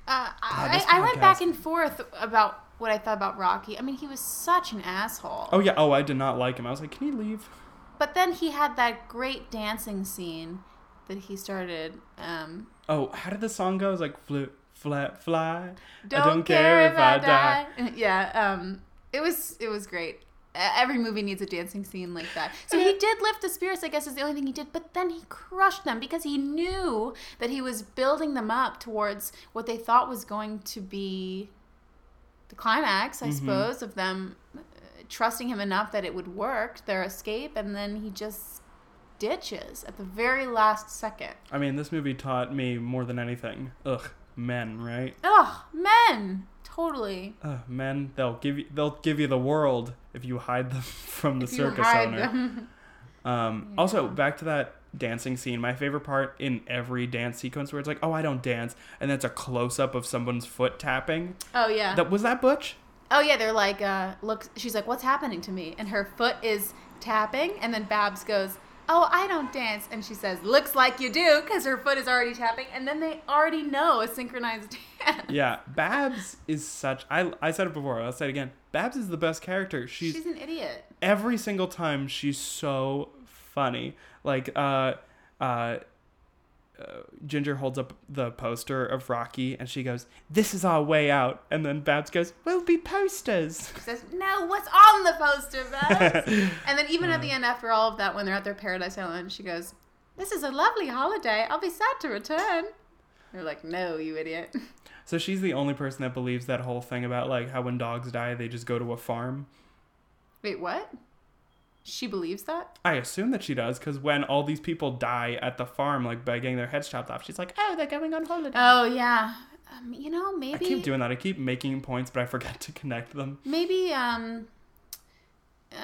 Speaker 3: Uh, I,
Speaker 1: this
Speaker 3: I went
Speaker 1: podcast.
Speaker 3: back and forth about what I thought about Rocky. I mean, he was such an asshole.
Speaker 1: oh yeah. Oh, I did not like him. I was like, "Can he leave?"
Speaker 3: But then he had that great dancing scene that he started. Um,
Speaker 1: Oh, how did the song go? It was like, "Flip, flat, fly."
Speaker 3: don't, care, if I die. [laughs] yeah. Um, it was it was great. Uh, Every movie needs a dancing scene like that. So [laughs] he did lift the spirits, I guess, is the only thing he did. But then he crushed them because he knew that he was building them up towards what they thought was going to be the climax, I suppose, of them uh, trusting him enough that it would work, their escape, and then he just ditches at the very last second.
Speaker 1: I mean, this movie taught me more than anything. Ugh, men, right?
Speaker 3: Ugh, men. Totally.
Speaker 1: Uh, men, they'll give you they'll give you the world if you hide them [laughs] from the
Speaker 3: If you
Speaker 1: circus
Speaker 3: hide
Speaker 1: owner.
Speaker 3: them. [laughs]
Speaker 1: Um, Also, back to that dancing scene. My favorite part in every dance sequence where it's like, "Oh, I don't dance," and that's a close up of someone's foot tapping.
Speaker 3: Oh yeah.
Speaker 1: That was that Butch.
Speaker 3: oh yeah. They're like, uh, look. She's like, what's happening to me? And her foot is tapping, and then Babs goes. Oh, I don't dance. And she says, looks like you do, because her foot is already tapping. And then they already know a synchronized [laughs] dance.
Speaker 1: Yeah, Babs is such. I I said it before. I'll say it again. Babs is the best character. She's,
Speaker 3: She's an idiot.
Speaker 1: every single time. She's so funny. Like uh uh. Uh, Ginger holds up the poster of Rocky and she goes, This is our way out. And then Babs goes, We'll be posters.
Speaker 3: She says, no, what's on the poster,
Speaker 1: [laughs]
Speaker 3: Babs? and then even at the end, after all of that, when they're at their paradise island, she goes, this is a lovely holiday. I'll be sad to return. They're like, no, you idiot. [laughs]
Speaker 1: So she's the only person that believes that whole thing about like how when dogs die they just go to a farm.
Speaker 3: Wait, what? She believes that?
Speaker 1: I assume that she does because when all these people die at the farm, like by getting their heads chopped off, she's like, "Oh, they're going on holiday."
Speaker 3: Oh, yeah. Um, you know,
Speaker 1: I
Speaker 3: maybe.
Speaker 1: keep doing that. I keep making points, but I forget to connect them.
Speaker 3: maybe, um, uh,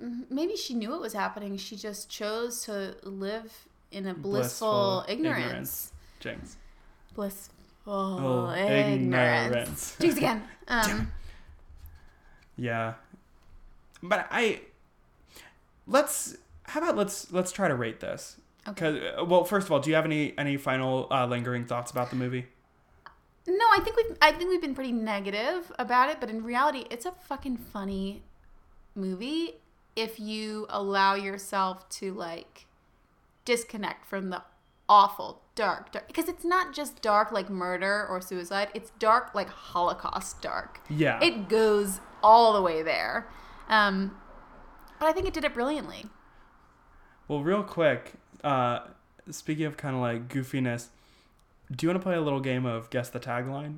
Speaker 3: m- maybe she knew it was happening. She just chose to live in a blissful, ignorance.
Speaker 1: Jinx.
Speaker 3: Blissful
Speaker 1: Oh,
Speaker 3: ignorance.
Speaker 1: ignorance.
Speaker 3: Jinx again. Um,
Speaker 1: Yeah, but I let's. How about let's let's try to rate this. Okay. Well, first of all, do you have any any final uh, lingering thoughts about the movie?
Speaker 3: No, I think we've I think we've been pretty negative about it, but in reality, it's a fucking funny movie if you allow yourself to like disconnect from the awful dark dark because it's not just dark like murder or suicide, it's dark like Holocaust dark.
Speaker 1: Yeah.
Speaker 3: It goes all the way there. Um but I think it did it brilliantly.
Speaker 1: Well, real quick, uh, speaking of kind of like goofiness, do you want to play a little game of guess the tagline?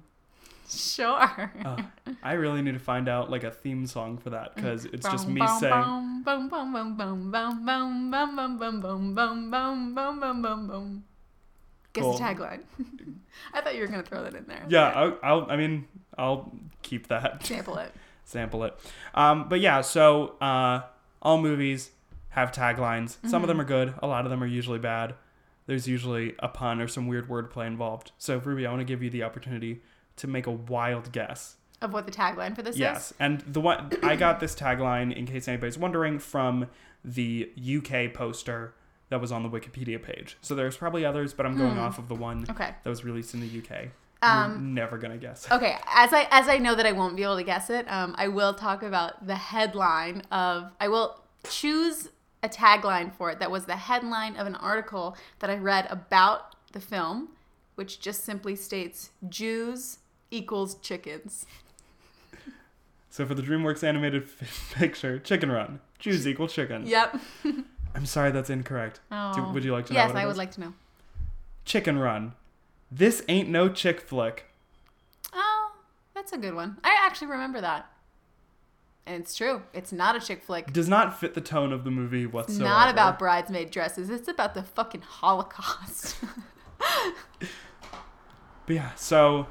Speaker 3: Sure.
Speaker 1: Uh, I really need to find out like a theme song for that because it's just me
Speaker 3: Boom,
Speaker 1: saying.
Speaker 3: boom, boom, boom, boom, boom, boom, boom, boom, boom, boom, boom, boom, boom, boom, boom, boom, boom. Guess
Speaker 1: Cool.
Speaker 3: the tagline. [laughs] I thought you were gonna throw that in there.
Speaker 1: Yeah, I'll, I'll. I mean, I'll keep that. [laughs]
Speaker 3: Sample it.
Speaker 1: sample it. Um, but yeah, so uh, all movies have taglines. Some of them are good. A lot of them are usually bad. There's usually a pun or some weird wordplay involved. So Ruby, I want to give you the opportunity to make a wild guess.
Speaker 3: Of what the tagline for this is.
Speaker 1: Yes, and the one I got this tagline in case anybody's wondering from the UK poster that was on the Wikipedia page. So there's probably others, but I'm going off of the one
Speaker 3: Hmm. Okay. Um,
Speaker 1: that was released in the UK. You're never gonna guess.
Speaker 3: Okay. As I as I know that I won't be able to guess it, um, I will talk about the headline of I will choose a tagline for it that was the headline of an article that I read about the film, which just simply states Jews equals chickens.
Speaker 1: So for the DreamWorks animated [laughs] f- picture, Chicken Run, Jews equal chicken.
Speaker 3: Yep.
Speaker 1: I'm sorry, that's incorrect. Do, would you like to know?
Speaker 3: Oh. Yes,
Speaker 1: what it
Speaker 3: I would
Speaker 1: is?
Speaker 3: like to know.
Speaker 1: Chicken Run. This ain't no chick flick.
Speaker 3: Oh, that's a good one. I actually remember that. And it's true. It's not a chick flick.
Speaker 1: Does not fit the tone of the movie
Speaker 3: It's
Speaker 1: whatsoever.
Speaker 3: not about bridesmaid dresses. It's about the fucking Holocaust.
Speaker 1: But yeah, so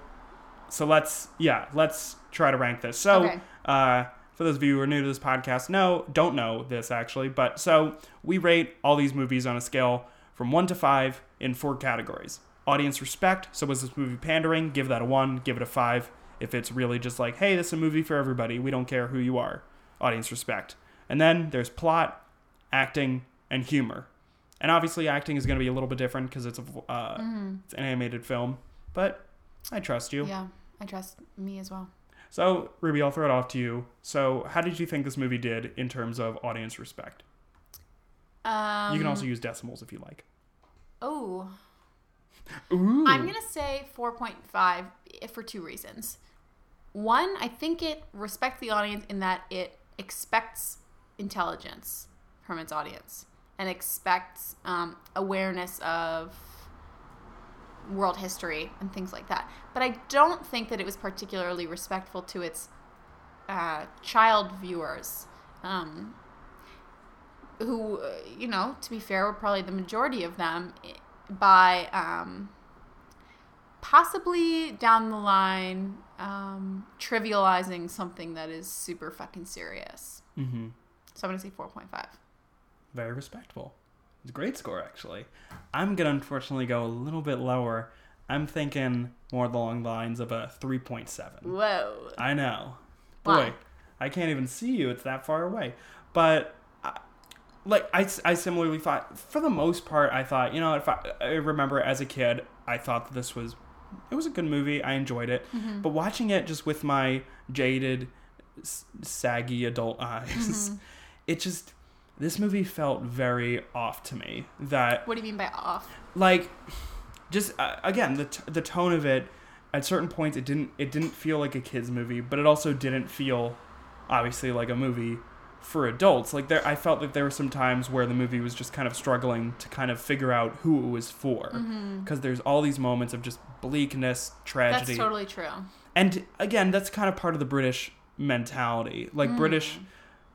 Speaker 1: so let's yeah, let's try to rank this. So
Speaker 3: Okay.
Speaker 1: uh for those of you who are new to this podcast, no, don't know this actually, but so we rate all these movies on a scale from one to five in four categories. Audience respect, so was this movie pandering? Give that a one, give it a five. If it's really just like, hey, this is a movie for everybody, we don't care who you are. Audience respect. And then there's plot, acting, and humor. And obviously, acting is going to be a little bit different because it's a uh, it's an animated film. But I trust you.
Speaker 3: [laughs] yeah, I trust me as well.
Speaker 1: So Ruby, I'll throw it off to you. So how did you think this movie did in terms of audience respect?
Speaker 3: Um,
Speaker 1: you can also use decimals if you like.
Speaker 3: oh,
Speaker 1: Ooh.
Speaker 3: I'm gonna say 4.5 i- eh, for two reasons. One, I think it respects the audience in that it expects intelligence from its audience and expects um, awareness of world history and things like that. But I don't think that it was particularly respectful to its uh, child viewers. Um, who, uh, you know, to be fair, were probably the majority of them i- by um, possibly down the line um, trivializing something that is super fucking serious. Mm-hmm. So I'm gonna say 4.5.
Speaker 1: Very respectable. It's a great score, actually. I'm going to unfortunately go a little bit lower. I'm thinking more along the lines of a 3.7.
Speaker 3: Whoa.
Speaker 1: I know. Boy,
Speaker 3: Why?
Speaker 1: I can't even see you. It's that far away. But, I, like, I, s- I similarly thought, for the most part, I thought, you know, if I, I remember as a kid, I thought that this was, it was a good movie. I enjoyed it. But watching it just with my jaded, s- saggy adult eyes, [laughs] it just, this movie felt very off to me. That
Speaker 3: What do you mean by off?
Speaker 1: like just uh, again the t- the tone of it at certain points it didn't it didn't feel like a kids movie but it also didn't feel obviously like a movie for adults like there I felt that there were some times where the movie was just kind of struggling to kind of figure out who it was for because there's all these moments of just bleakness tragedy
Speaker 3: That's totally true.
Speaker 1: and again that's kind of part of the british mentality like
Speaker 3: Hmm.
Speaker 1: british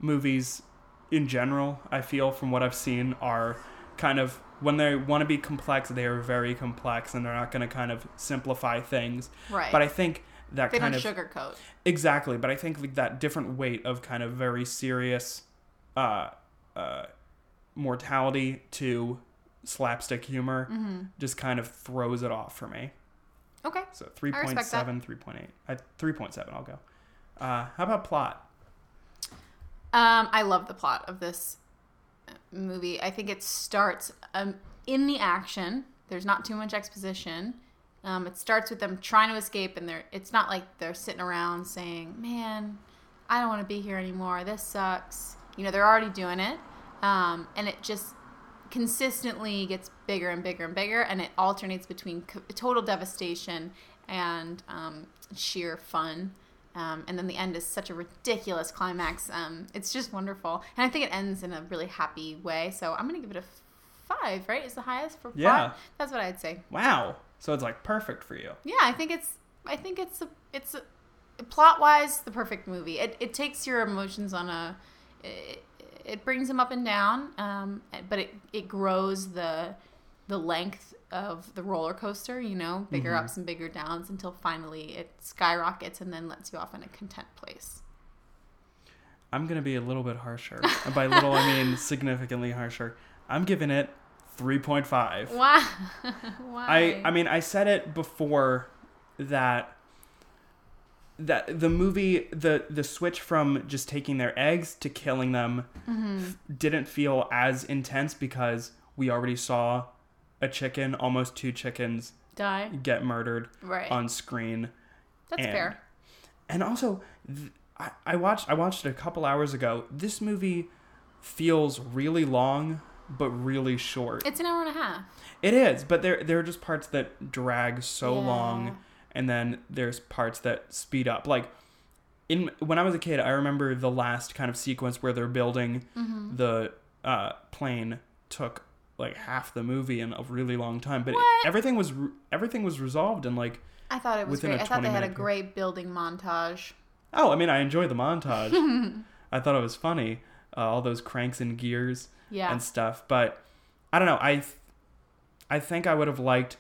Speaker 1: movies in general i feel from what i've seen are kind of when they want to be complex they are very complex and they're not going to kind of simplify things
Speaker 3: Right.
Speaker 1: but i think that
Speaker 3: They
Speaker 1: kind
Speaker 3: don't
Speaker 1: of
Speaker 3: sugarcoat.
Speaker 1: exactly but i think like that different weight of kind of very serious uh uh mortality to slapstick humor
Speaker 3: Mm-hmm.
Speaker 1: just kind of throws it off for me
Speaker 3: Okay.
Speaker 1: so
Speaker 3: I respect
Speaker 1: 3.7, 3.8. Uh, 3.7, I'll go. Uh, how about plot?
Speaker 3: Um, I love the plot of this movie. I think it starts um, in the action. There's not too much exposition. Um, it starts with them trying to escape, and they're. It's not like they're sitting around saying, "Man, I don't want to be here anymore. This sucks." You know, they're already doing it, um, and it just consistently gets bigger and bigger and bigger, and it alternates between co- total devastation and um, sheer fun. Um, and then the end is such a ridiculous climax. Um, it's just wonderful, and I think it ends in a really happy way. So I'm gonna give it a five. Right? Is the highest for plot.
Speaker 1: Yeah.
Speaker 3: That's what I'd say.
Speaker 1: Wow. So it's like perfect for you.
Speaker 3: Yeah, I think it's. I think it's a. It's a. Plot wise, the perfect movie. It it takes your emotions on a. It, it brings them up and down, um, but it it grows the the length of the roller coaster. You know, bigger
Speaker 1: Mm-hmm.
Speaker 3: ups and bigger downs until finally it skyrockets and then lets you off in a content place.
Speaker 1: I'm going to be a little bit
Speaker 3: [laughs]
Speaker 1: harsher. and by little, I mean significantly harsher. I'm giving it 3.5.
Speaker 3: Why? [laughs] Why?
Speaker 1: I, I mean, I said it before that that the movie the the switch from just taking their eggs to killing them
Speaker 3: Mm-hmm.
Speaker 1: f- didn't feel as intense because we already saw a chicken almost two chickens
Speaker 3: die.
Speaker 1: get murdered
Speaker 3: Right.
Speaker 1: on screen
Speaker 3: That's
Speaker 1: and-
Speaker 3: fair.
Speaker 1: and also th- I, I watched i watched it a couple hours ago this movie feels really long but really short
Speaker 3: It's an hour and a half.
Speaker 1: it is but there there are just parts that drag so
Speaker 3: Yeah.
Speaker 1: long and then there's parts that speed up like in when i was a kid i remember the last kind of sequence where they're building
Speaker 3: Mm-hmm.
Speaker 1: the uh, plane took like half the movie in a really long time but it-
Speaker 3: What?
Speaker 1: everything was re- everything was resolved in like
Speaker 3: I thought it was
Speaker 1: Within a
Speaker 3: great. I thought they
Speaker 1: 20
Speaker 3: had a
Speaker 1: minute
Speaker 3: great building montage.
Speaker 1: Oh, I mean, I enjoy the montage. I thought it was funny, uh, all those cranks and gears
Speaker 3: Yeah.
Speaker 1: and stuff. But I don't know. I th- I think I would have liked.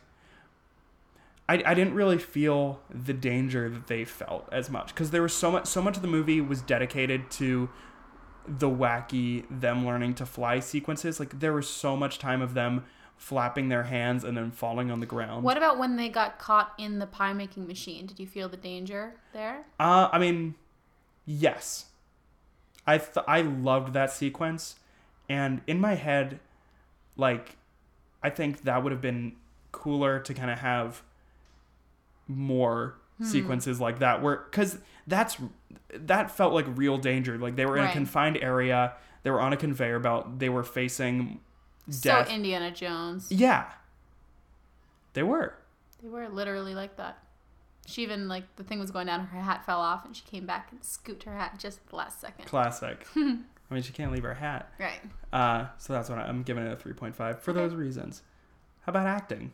Speaker 1: I, I didn't really feel the danger that they felt as much because there was so much so much of the movie was dedicated to the wacky them learning to fly sequences like there was so much time of them flapping their hands and then falling on the ground
Speaker 3: What about when they got caught in the pie making machine? Did you feel the danger there?
Speaker 1: Uh, I mean, yes. I th- I loved that sequence, and in my head, like, I think that would have been cooler to kind of have more
Speaker 3: Hmm.
Speaker 1: sequences like that, where because that's that felt like real danger. Like they were in a
Speaker 3: Right.
Speaker 1: confined area, they were on a conveyor belt, they were facing death.
Speaker 3: So Indiana Jones.
Speaker 1: yeah, they were.
Speaker 3: They were literally like that. She even like the thing was going down, her hat fell off, and she came back and scooped her hat just at the last second. [laughs]
Speaker 1: Classic. I mean, she can't leave her hat.
Speaker 3: Right.
Speaker 1: Uh, so that's what I- I'm giving it a 3.5 for those reasons. How about acting?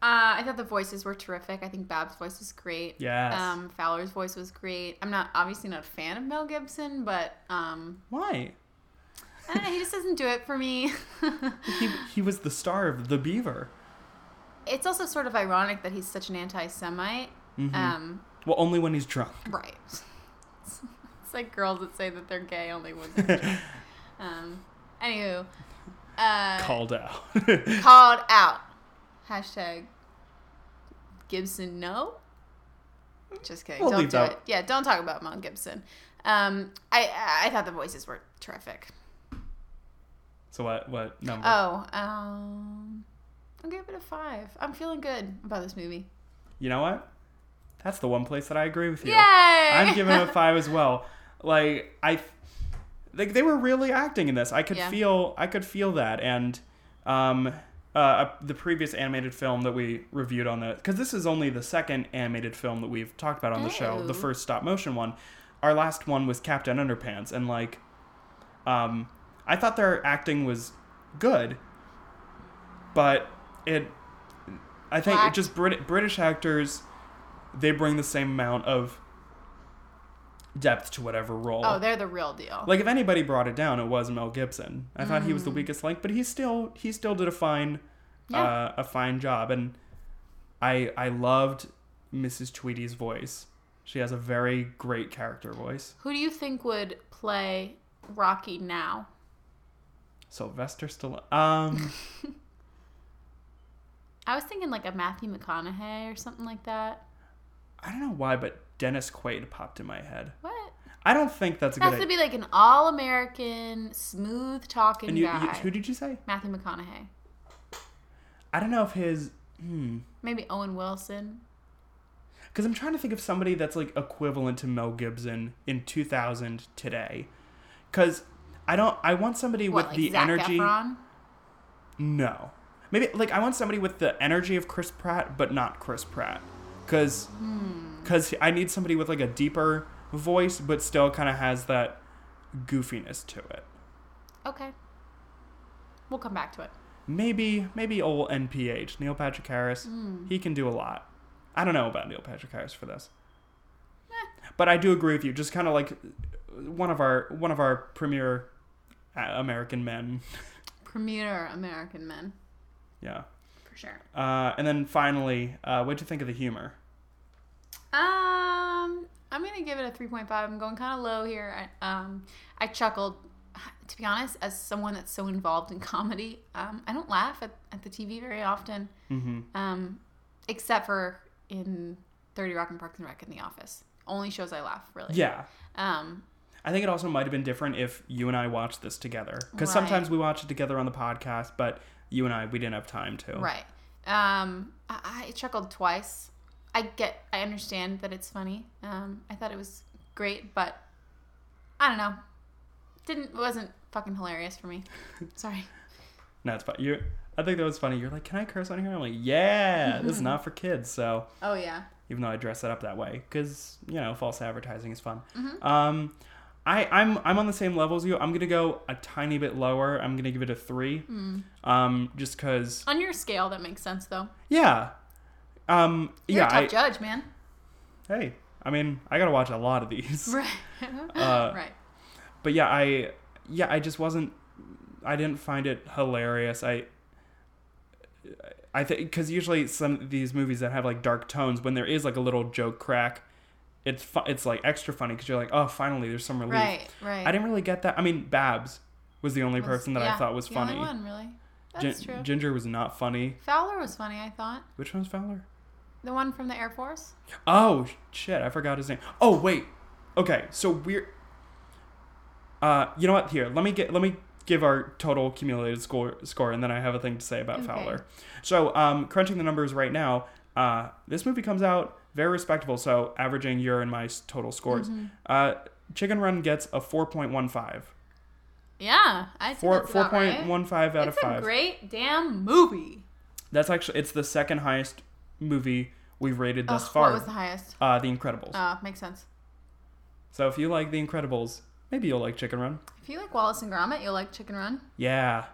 Speaker 3: Uh, I thought the voices were terrific. I think Bab's voice was great.
Speaker 1: Yes.
Speaker 3: Um, Fowler's voice was great. I'm not obviously not a fan of Mel Gibson, but um, eh,
Speaker 1: Why?
Speaker 3: I don't know, he just doesn't do it for me.
Speaker 1: He, he was the star of The Beaver.
Speaker 3: [laughs] it's also sort of ironic that he's such an anti-Semite.
Speaker 1: Mm-hmm.
Speaker 3: Um,
Speaker 1: Well, only when he's drunk.
Speaker 3: right. It's, like girls that say that they're gay only when they're
Speaker 1: [laughs]
Speaker 3: drunk. um, anywho, uh,
Speaker 1: Called out. [laughs]
Speaker 3: called out. Hashtag Gibson no. Just kidding.
Speaker 1: We'll
Speaker 3: don't
Speaker 1: leave
Speaker 3: do
Speaker 1: that-
Speaker 3: it. Yeah, don't talk about Mount Gibson. Um, I I thought the voices were terrific.
Speaker 1: so what? What number?
Speaker 3: Oh, um, I'll give it a five. I'm feeling good about this movie.
Speaker 1: you know what? That's the one place that I agree with you.
Speaker 3: Yay!
Speaker 1: I'm giving
Speaker 3: [laughs]
Speaker 1: it a five as well. Like I, like they were really acting in this. I could
Speaker 3: Yeah.
Speaker 1: feel, I could feel that. And, um, uh, the previous animated film that we reviewed on the, because this is only the second animated film that we've talked about on the show. The
Speaker 3: Oh.
Speaker 1: first stop motion one. Our last one was Captain Underpants, and like, um, I thought their acting was good, but it, I think it
Speaker 3: Lacked-
Speaker 1: just Brit- British actors, they bring the same amount of depth to whatever role.
Speaker 3: oh, they're the real deal.
Speaker 1: like if anybody brought it down, it was Mel Gibson. I thought he was the weakest link, but he still he still did a fine,
Speaker 3: Mm. Yeah.
Speaker 1: uh, a fine job, and I I loved Mrs. Tweedy's voice. She has a very great character voice.
Speaker 3: Who do you think would play Rocky now?
Speaker 1: Sylvester Stallone. Um.
Speaker 3: [laughs] I was thinking like a Matthew McConaughey or something like that.
Speaker 1: I don't know why, but Dennis Quaid popped in my head.
Speaker 3: What?
Speaker 1: I don't think that's a
Speaker 3: Has
Speaker 1: good
Speaker 3: to
Speaker 1: idea.
Speaker 3: be like an all-American, smooth-talking
Speaker 1: And you, you,
Speaker 3: guy.
Speaker 1: who did you say?
Speaker 3: Matthew McConaughey.
Speaker 1: I don't know if his. Hmm.
Speaker 3: Maybe Owen Wilson.
Speaker 1: Because I'm trying to think of somebody that's like equivalent to Mel Gibson in 2000 today. Because I don't. I want somebody
Speaker 3: What,
Speaker 1: with
Speaker 3: like
Speaker 1: the
Speaker 3: Zac
Speaker 1: energy.
Speaker 3: Efron?
Speaker 1: No. Maybe like I want somebody with the energy of Chris Pratt, but not Chris Pratt, because
Speaker 3: Hmm.
Speaker 1: I need somebody with like a deeper voice, but still kind of has that goofiness to it.
Speaker 3: Okay. We'll come back to it.
Speaker 1: maybe maybe old NPH Neil Patrick Harris.
Speaker 3: Hmm.
Speaker 1: He can do a lot. I don't know about Neil Patrick Harris for this,
Speaker 3: Eh.
Speaker 1: but I do agree with you. Just kind of like uh, one of our one of our premier uh, American men.
Speaker 3: Premier American men,
Speaker 1: yeah.
Speaker 3: for sure.
Speaker 1: Uh, and then finally, uh, what'd you think of the humor?
Speaker 3: Um, I'm gonna give it a 3.5. I'm going kind of low here. I, um, I chuckled. To be honest, as someone that's so involved in comedy, um, I don't laugh at, at the TV very often, um, except for in 30 Rock and Parks and Rec in The Office. Only shows I laugh really.
Speaker 1: Yeah.
Speaker 3: Um,
Speaker 1: I think it also might have been different if you and I watched this together. Because
Speaker 3: Right.
Speaker 1: sometimes we watch it together on the podcast, but you and I, we didn't have time to.
Speaker 3: Right. Um, I, I chuckled twice. I get, I understand that it's funny. Um, I thought it was great, but I don't know. Didn't wasn't fucking hilarious for
Speaker 1: [laughs]
Speaker 3: me. Sorry.
Speaker 1: No, it's fun. You, I think that was funny. You're like, can I curse on here? I'm like, yeah, this is not for kids. So
Speaker 3: Oh yeah.
Speaker 1: even though I dress it up that way because you know false advertising is fun.
Speaker 3: Mm-hmm.
Speaker 1: Um, I I'm I'm on the same level as you. I'm gonna go a tiny bit lower. I'm gonna give it a three.
Speaker 3: Mm.
Speaker 1: Um, just because
Speaker 3: On your scale, that makes sense though.
Speaker 1: yeah, um,
Speaker 3: You're
Speaker 1: yeah.
Speaker 3: a tough
Speaker 1: I, [laughs]
Speaker 3: judge, man.
Speaker 1: hey, I mean I gotta watch a lot of
Speaker 3: [laughs]
Speaker 1: these,
Speaker 3: Right.
Speaker 1: Uh,
Speaker 3: [laughs] right.
Speaker 1: but yeah, I yeah I just wasn't. I didn't find it hilarious. I. I think because usually some of these movies that have like dark tones, when there is like a little joke crack, it's fu- it's like extra funny because you're like, oh, finally there's some relief.
Speaker 3: Right. Right.
Speaker 1: I didn't really get that. I mean, Babs was the only person that I
Speaker 3: yeah,
Speaker 1: thought was
Speaker 3: the only
Speaker 1: funny.
Speaker 3: one really.
Speaker 1: Gin-
Speaker 3: That's true.
Speaker 1: Ginger was not funny.
Speaker 3: Fowler was funny. I thought
Speaker 1: Which one's Fowler?
Speaker 3: the one from the Air Force.
Speaker 1: Oh sh- shit, I forgot his name. Oh wait. Okay, so we're. Uh, you know what? Here, let me get let me give our total cumulated score score, and then I have a thing to say about
Speaker 3: Okay.
Speaker 1: Fowler. So, um, crunching the numbers right now, uh, this movie comes out very respectable. So, averaging your and my s- total scores,
Speaker 3: Mm-hmm.
Speaker 1: uh, Chicken Run gets a four point one five.
Speaker 3: Yeah, I
Speaker 1: Four
Speaker 3: four
Speaker 1: four point one five out
Speaker 3: It's
Speaker 1: of
Speaker 3: a
Speaker 1: five.
Speaker 3: great damn movie.
Speaker 1: That's actually it's the second highest movie we've rated thus
Speaker 3: Ugh,
Speaker 1: far.
Speaker 3: What was the highest?
Speaker 1: uh, the Incredibles.
Speaker 3: Uh, makes sense.
Speaker 1: so if you like The Incredibles, maybe you'll like Chicken Run.
Speaker 3: If you like Wallace and Gromit, you'll like Chicken Run.
Speaker 1: Yeah,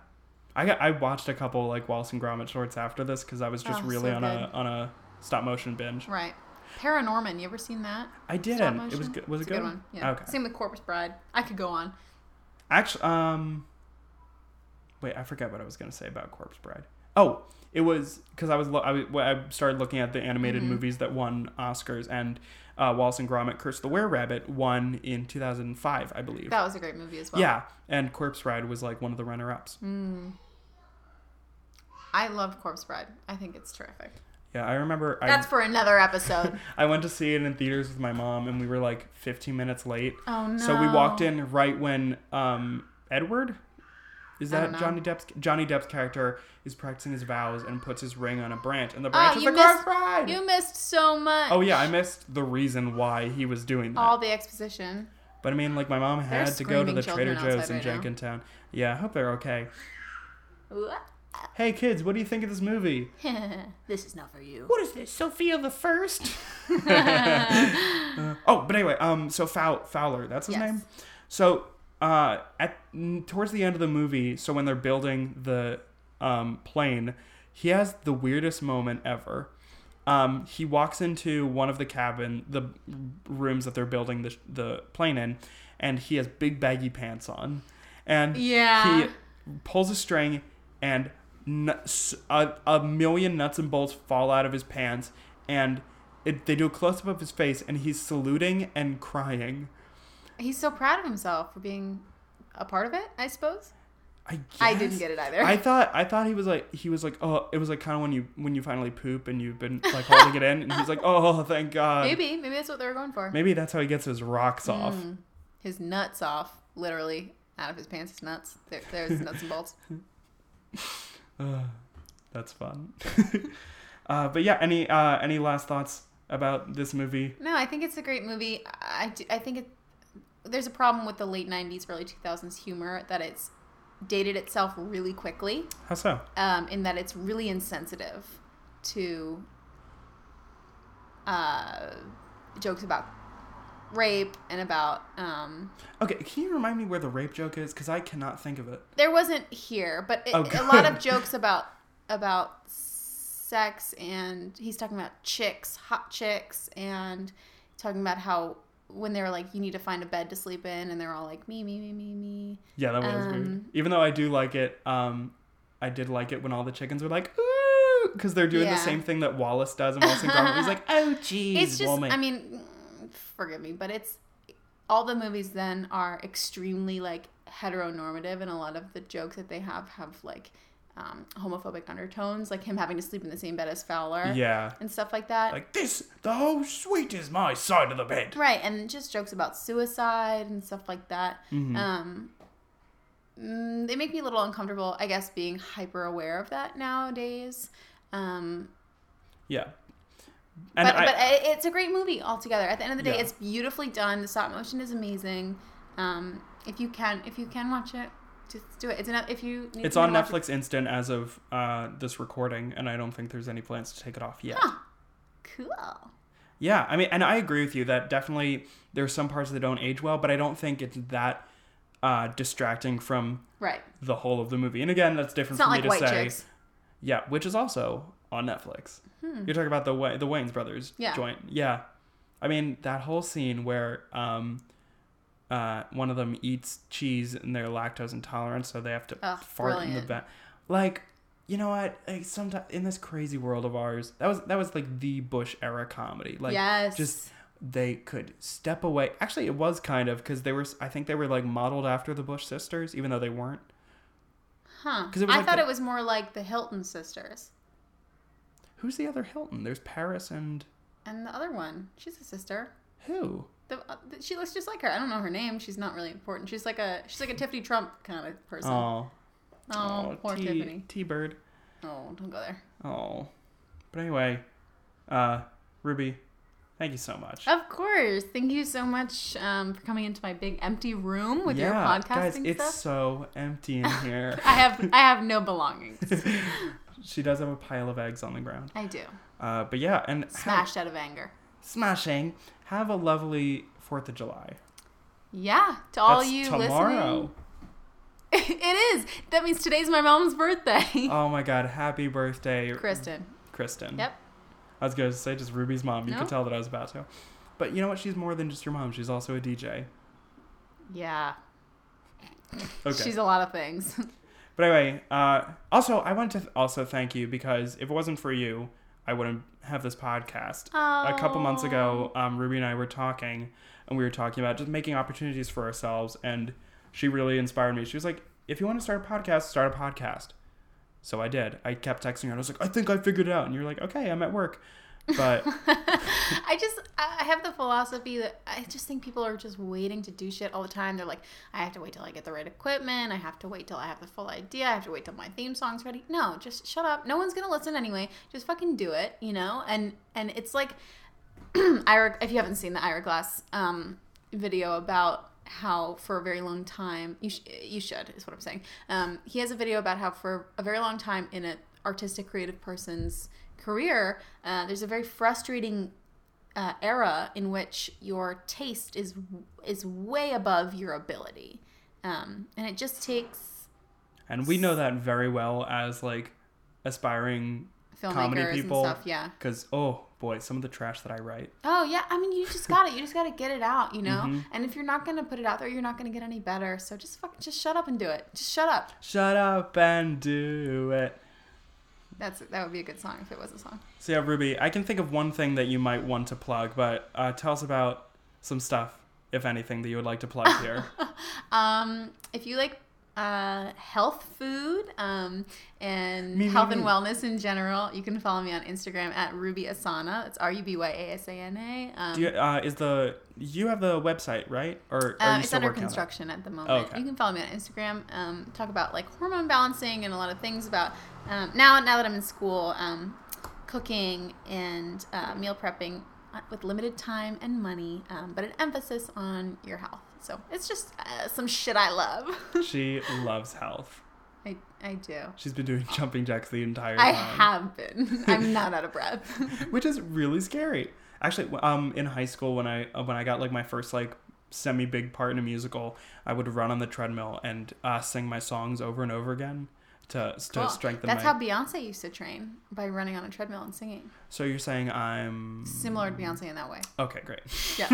Speaker 1: I got I watched a couple like Wallace and Gromit shorts after this because I was just
Speaker 3: Oh,
Speaker 1: really
Speaker 3: so
Speaker 1: on a
Speaker 3: good.
Speaker 1: on a stop motion binge.
Speaker 3: Right. Paranorman, you ever seen that?
Speaker 1: I
Speaker 3: Stop
Speaker 1: didn't. It was
Speaker 3: motion?
Speaker 1: good. Was it
Speaker 3: It's
Speaker 1: good?
Speaker 3: a good one. Yeah.
Speaker 1: Okay.
Speaker 3: Same with Corpse Bride. I could go on.
Speaker 1: Actually, um, wait, I forgot what I was gonna say about Corpse Bride. Oh, it was because I was lo- I, was- well, I started looking at the animated
Speaker 3: Mm-hmm.
Speaker 1: movies that won Oscars and uh, Wallace and Gromit: Curse of the Were Rabbit won in 2005, I believe.
Speaker 3: That was a great movie as well.
Speaker 1: yeah, and Corpse Bride was like one of the runner-ups.
Speaker 3: Mm. I love Corpse Bride. I think it's terrific.
Speaker 1: Yeah, I remember I,
Speaker 3: That's for another
Speaker 1: [laughs]
Speaker 3: episode.
Speaker 1: I went to see it in theaters with my mom, and we were like 15 minutes late.
Speaker 3: Oh,
Speaker 1: So we
Speaker 3: no.
Speaker 1: walked in right when um, Edward, is
Speaker 3: I don't
Speaker 1: that
Speaker 3: know.
Speaker 1: Johnny Depp's Johnny Depp's character is practicing his vows and puts his ring on a branch, and the branch
Speaker 3: Ah,
Speaker 1: is
Speaker 3: you
Speaker 1: the Corpse
Speaker 3: missed-
Speaker 1: Bride.
Speaker 3: you missed so much.
Speaker 1: Oh yeah, I missed the reason why he was doing that.
Speaker 3: All the exposition.
Speaker 1: but I mean, like my mom had to go to
Speaker 3: screaming
Speaker 1: the Trader
Speaker 3: children outside
Speaker 1: Joe's in
Speaker 3: right now.
Speaker 1: Jenkintown. Yeah, I hope they're okay.
Speaker 3: What?
Speaker 1: Hey kids, what do you think of this movie?
Speaker 3: this is not for you.
Speaker 4: What is this, Sophia the First?
Speaker 1: Oh, but anyway, um, so Fow- Fowler, that's his
Speaker 3: Yes.
Speaker 1: name. So, uh, at n- towards the end of the movie, so when they're building the um plane, he has the weirdest moment ever. Um, he walks into one of the cabin, the rooms that they're building the the plane in, and he has big baggy pants on, and
Speaker 3: Yeah.
Speaker 1: he pulls a string and nuts, a, a million nuts and bolts fall out of his pants and it, they do a close-up of his face and he's saluting and crying
Speaker 3: He's so proud of himself for being a part of it, I suppose.
Speaker 1: i, guess.
Speaker 3: I didn't get it either. [laughs]
Speaker 1: i thought i thought he was like he was like oh it was like kind of when you when you finally poop and you've been
Speaker 3: [laughs]
Speaker 1: like holding it in and he's like oh thank god
Speaker 3: maybe, Hmm. maybe that's what they were going for.
Speaker 1: Maybe that's how he gets his rocks off
Speaker 3: His nuts off, literally out of his pants. His nuts. There, there's nuts and bolts.
Speaker 1: that's fun [laughs] uh, but yeah any uh, any last thoughts about this movie
Speaker 3: No, I think it's a great movie. I, I do- I think it, there's a problem with the late 90s, early 2000s humor that it's dated itself really quickly,
Speaker 1: how so
Speaker 3: um, in that it's really insensitive to uh, jokes about rape and about. Um,
Speaker 1: okay can you remind me where the rape joke is because i cannot think of it
Speaker 3: there wasn't here, but it,
Speaker 1: Oh,
Speaker 3: a lot
Speaker 1: good.
Speaker 3: of jokes about about sex and he's talking about chicks, hot chicks, and talking about how when they were like, you need to find a bed to sleep in, and they're all like, me, me, me, me, me.
Speaker 1: Yeah, that one was weird.
Speaker 3: Um,
Speaker 1: Even though I do like it, um, I did like it when all the chickens were like, ooh, because they're doing
Speaker 3: Yeah.
Speaker 1: the same thing that Wallace does in Wallace and Gromit. He's like,
Speaker 4: Oh, geez,
Speaker 3: [laughs] It's just,
Speaker 4: woman.
Speaker 3: I mean, mm, forgive me, but it's all the movies then are extremely like heteronormative, and a lot of the jokes that they have have like um, homophobic undertones, like him having to sleep in the same bed as Fowler,
Speaker 1: yeah.
Speaker 3: and stuff like that.
Speaker 1: Like, this, the whole suite is my side of the bed.
Speaker 3: Right, and just jokes about suicide and stuff like that.
Speaker 1: Mm-hmm.
Speaker 3: Um, mm, they make me a little uncomfortable, I guess, being hyper aware of that nowadays. Um,
Speaker 1: Yeah. And
Speaker 3: but
Speaker 1: I,
Speaker 3: but i it's a great movie altogether. At the end of the day,
Speaker 1: Yeah.
Speaker 3: it's beautifully done. The stop motion is amazing. Um, if you can, if you can watch it, just do it. It's enough. If you, need
Speaker 1: it's
Speaker 3: to
Speaker 1: on
Speaker 3: watch it-
Speaker 1: Netflix Instant as of uh, this recording, and I don't think there's any plans to take it off yet.
Speaker 3: Cool.
Speaker 1: Yeah, I mean, and I agree with you that definitely there's some parts that don't age well, but I don't think it's that uh, distracting from
Speaker 3: Right.
Speaker 1: the whole of the movie. And again, that's different
Speaker 3: It's not
Speaker 1: for me
Speaker 3: like
Speaker 1: to
Speaker 3: White
Speaker 1: say.
Speaker 3: Chicks.
Speaker 1: Yeah, which is also on Netflix. You're talking about the Wa- the Wayne's brothers
Speaker 3: Hmm. Yeah.
Speaker 1: joint. Yeah, I mean that whole scene where um, uh, one of them eats cheese and they're lactose intolerant, so they have to
Speaker 3: Ugh,
Speaker 1: fart in the
Speaker 3: brilliant.
Speaker 1: bed. Like, you know what? Like sometimes in this crazy world of ours, that was that was like the Bush era comedy. Like,
Speaker 3: Yes.
Speaker 1: just they could step away. Actually, it was kind of because they were. I think they were like modeled after the Bush sisters, even though they weren't.
Speaker 3: Huh.
Speaker 1: 'Cause it was
Speaker 3: I
Speaker 1: like
Speaker 3: thought
Speaker 1: the-
Speaker 3: it was more like the Hilton sisters.
Speaker 1: Who's the other Hilton? There's Paris and
Speaker 3: And the other one, she's a sister.
Speaker 1: who?
Speaker 3: The, uh, th- she looks just like her. I don't know her name. She's not really important. She's like a she's like a Tiffany Trump kind of person. Oh,
Speaker 1: Oh,
Speaker 3: poor
Speaker 1: T,
Speaker 3: Tiffany.
Speaker 1: T Bird.
Speaker 3: Oh, don't go there.
Speaker 1: Oh, but anyway, uh, Ruby, thank you so much.
Speaker 3: Of course. Thank you so much um, for coming into my big empty room with your
Speaker 1: guys,
Speaker 3: podcasting
Speaker 1: it's
Speaker 3: stuff.
Speaker 1: so empty
Speaker 3: [laughs]
Speaker 1: in here.
Speaker 3: I have I have
Speaker 1: [laughs]
Speaker 3: no belongings.
Speaker 1: she does have a pile of eggs on the ground.
Speaker 3: I do.
Speaker 1: Uh, but yeah, and have-
Speaker 3: Smashed out of anger.
Speaker 1: smashing. Have a lovely Fourth of July.
Speaker 3: Yeah, to all
Speaker 1: That's
Speaker 3: you
Speaker 1: tomorrow.
Speaker 3: listening. [laughs] it is. That means today's my mom's birthday.
Speaker 1: [laughs] Oh my God! Happy birthday,
Speaker 3: Kristen.
Speaker 1: Kristen.
Speaker 3: Yep.
Speaker 1: I was going to say just Ruby's mom. You
Speaker 3: No.
Speaker 1: could tell that I was about to. But you know what? She's more than just your mom. She's also a DJ.
Speaker 3: Yeah.
Speaker 1: Okay.
Speaker 3: She's a lot of things.
Speaker 1: But anyway, uh, also I wanted to th- also thank you because if it wasn't for you, I wouldn't have this podcast. A couple months ago, um, Ruby and I were talking, and we were talking about just making opportunities for ourselves, and she really inspired me. She was like, "If you want to start a podcast, start a podcast." So I did. I kept texting her, and I was like, "I think I figured it out," and you're like, "Okay, I'm at work,"
Speaker 3: [laughs]
Speaker 1: but.
Speaker 3: I just I I have the philosophy that I just think people are just waiting to do shit all the time. They're like, I have to wait till I get the right equipment. I have to wait till I have the full idea. I have to wait till my theme song's ready. No, just shut up. No one's gonna listen anyway. Just fucking do it, you know. And and it's like [clears throat] Ira, if you haven't seen the Ira Glass um, video about how for a very long time you sh- you should is what I'm saying. Um, he has a video about how for a very long time in an artistic creative person's career, uh, there's a very frustrating uh, era in which your taste is is way above your ability, um, and it just takes
Speaker 1: And we know that very well as like aspiring comedy
Speaker 3: filmmakers and
Speaker 1: people.
Speaker 3: stuff. Yeah.
Speaker 1: Because oh boy, some of the trash that I write.
Speaker 3: Oh yeah, I mean
Speaker 1: [laughs]
Speaker 3: you just got it. You just got to get it out, you know.
Speaker 1: Mm-hmm.
Speaker 3: And if you're not gonna put it out there, you're not gonna get any better. So just fucking just shut up and do it. Just shut up.
Speaker 1: Shut up and do it.
Speaker 3: That's that would be a good song if it was a song.
Speaker 1: So yeah, Ruby, I can think of one thing that you might want to plug, but uh, tell us about some stuff, if anything, that you would like to plug
Speaker 3: [laughs]
Speaker 1: here.
Speaker 3: Um, if you like uh, health food um, and
Speaker 1: Me, me,
Speaker 3: health and
Speaker 1: me.
Speaker 3: wellness in general, you can follow me on Instagram at Ruby Asana. It's R U B Y A S A N A. Um,
Speaker 1: do you, uh, is the you have the website right, or are
Speaker 3: Um,
Speaker 1: you
Speaker 3: it's
Speaker 1: still
Speaker 3: under
Speaker 1: working on it?
Speaker 3: construction at the moment.
Speaker 1: okay.
Speaker 3: You can follow me on Instagram. Um, talk about like hormone balancing and a lot of things about um, now. Now that I'm in school, um, cooking and uh, meal prepping uh, with limited time and money, um, but an emphasis on your health. So it's just uh, some shit I love. [laughs]
Speaker 1: She loves health.
Speaker 3: I I do.
Speaker 1: She's been doing [laughs] jumping jacks the entire time.
Speaker 3: I have been. [laughs] I'm not out
Speaker 1: [laughs]
Speaker 3: of breath.
Speaker 1: which is really scary. Actually, um, in high school when I uh, when I got like my first like semi big part in a musical, I would run on the treadmill and uh, sing my songs over and over again to to
Speaker 3: Cool.
Speaker 1: strengthen
Speaker 3: That's
Speaker 1: my.
Speaker 3: how Beyonce used to train by running on a treadmill and singing.
Speaker 1: so you're saying I'm
Speaker 3: Similar to Beyonce in
Speaker 1: [laughs]
Speaker 3: that way.
Speaker 1: okay, great,
Speaker 3: Yeah.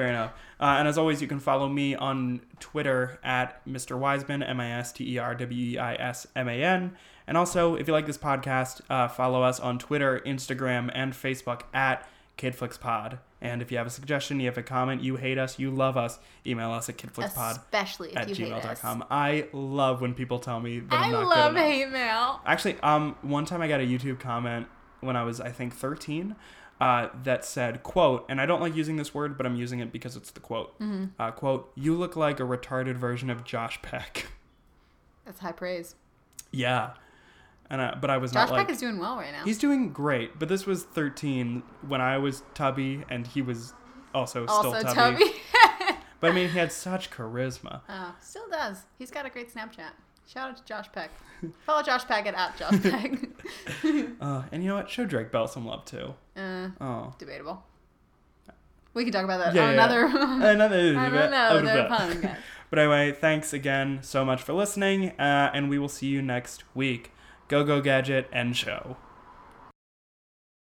Speaker 1: fair enough. Uh, and as always, you can follow me on Twitter at Mr. Wiseman M I S T E R W E I S M A N. And also, if you like this podcast, uh, follow us on Twitter, Instagram, and Facebook at KidFlixPod. And if you have a suggestion, you have a comment, you hate us, you love us, email us at kidflixpod
Speaker 3: Especially if
Speaker 1: at
Speaker 3: you hate us.
Speaker 1: gmail.com. I love when people tell me that
Speaker 3: I
Speaker 1: I'm not
Speaker 3: love
Speaker 1: good enough.
Speaker 3: hate mail.
Speaker 1: Actually, um, one time I got a YouTube comment when I was, I think, 13, uh, that said, "quote," and I don't like using this word, but I'm using it because it's the quote.
Speaker 3: Mm-hmm.
Speaker 1: Uh, "Quote: You look like a retarded version of Josh Peck." [laughs]
Speaker 3: That's high praise.
Speaker 1: yeah, and I, but I was
Speaker 3: Josh
Speaker 1: not like
Speaker 3: Peck is doing well right
Speaker 1: [laughs]
Speaker 3: now.
Speaker 1: he's doing great. But this was 13 when I was tubby, and he was also,
Speaker 3: also
Speaker 1: still tubby.
Speaker 3: Toby. [laughs]
Speaker 1: But I mean, he had such charisma.
Speaker 3: oh, still does. He's got a great Snapchat. Shout out to Josh Peck. Follow Josh Peck at,
Speaker 1: [laughs]
Speaker 3: at Josh Peck. [laughs]
Speaker 1: Uh, and you know what? Show Drake Bell some love too.
Speaker 3: uh,
Speaker 1: Oh,
Speaker 3: debatable. We can talk about that
Speaker 1: Yeah, yeah.
Speaker 3: on another. [laughs]
Speaker 1: another.
Speaker 3: Mm. I don't know. Another pun.
Speaker 1: But anyway, thanks again so much for listening, uh, and we will see you next week. Go, go, gadget, and show.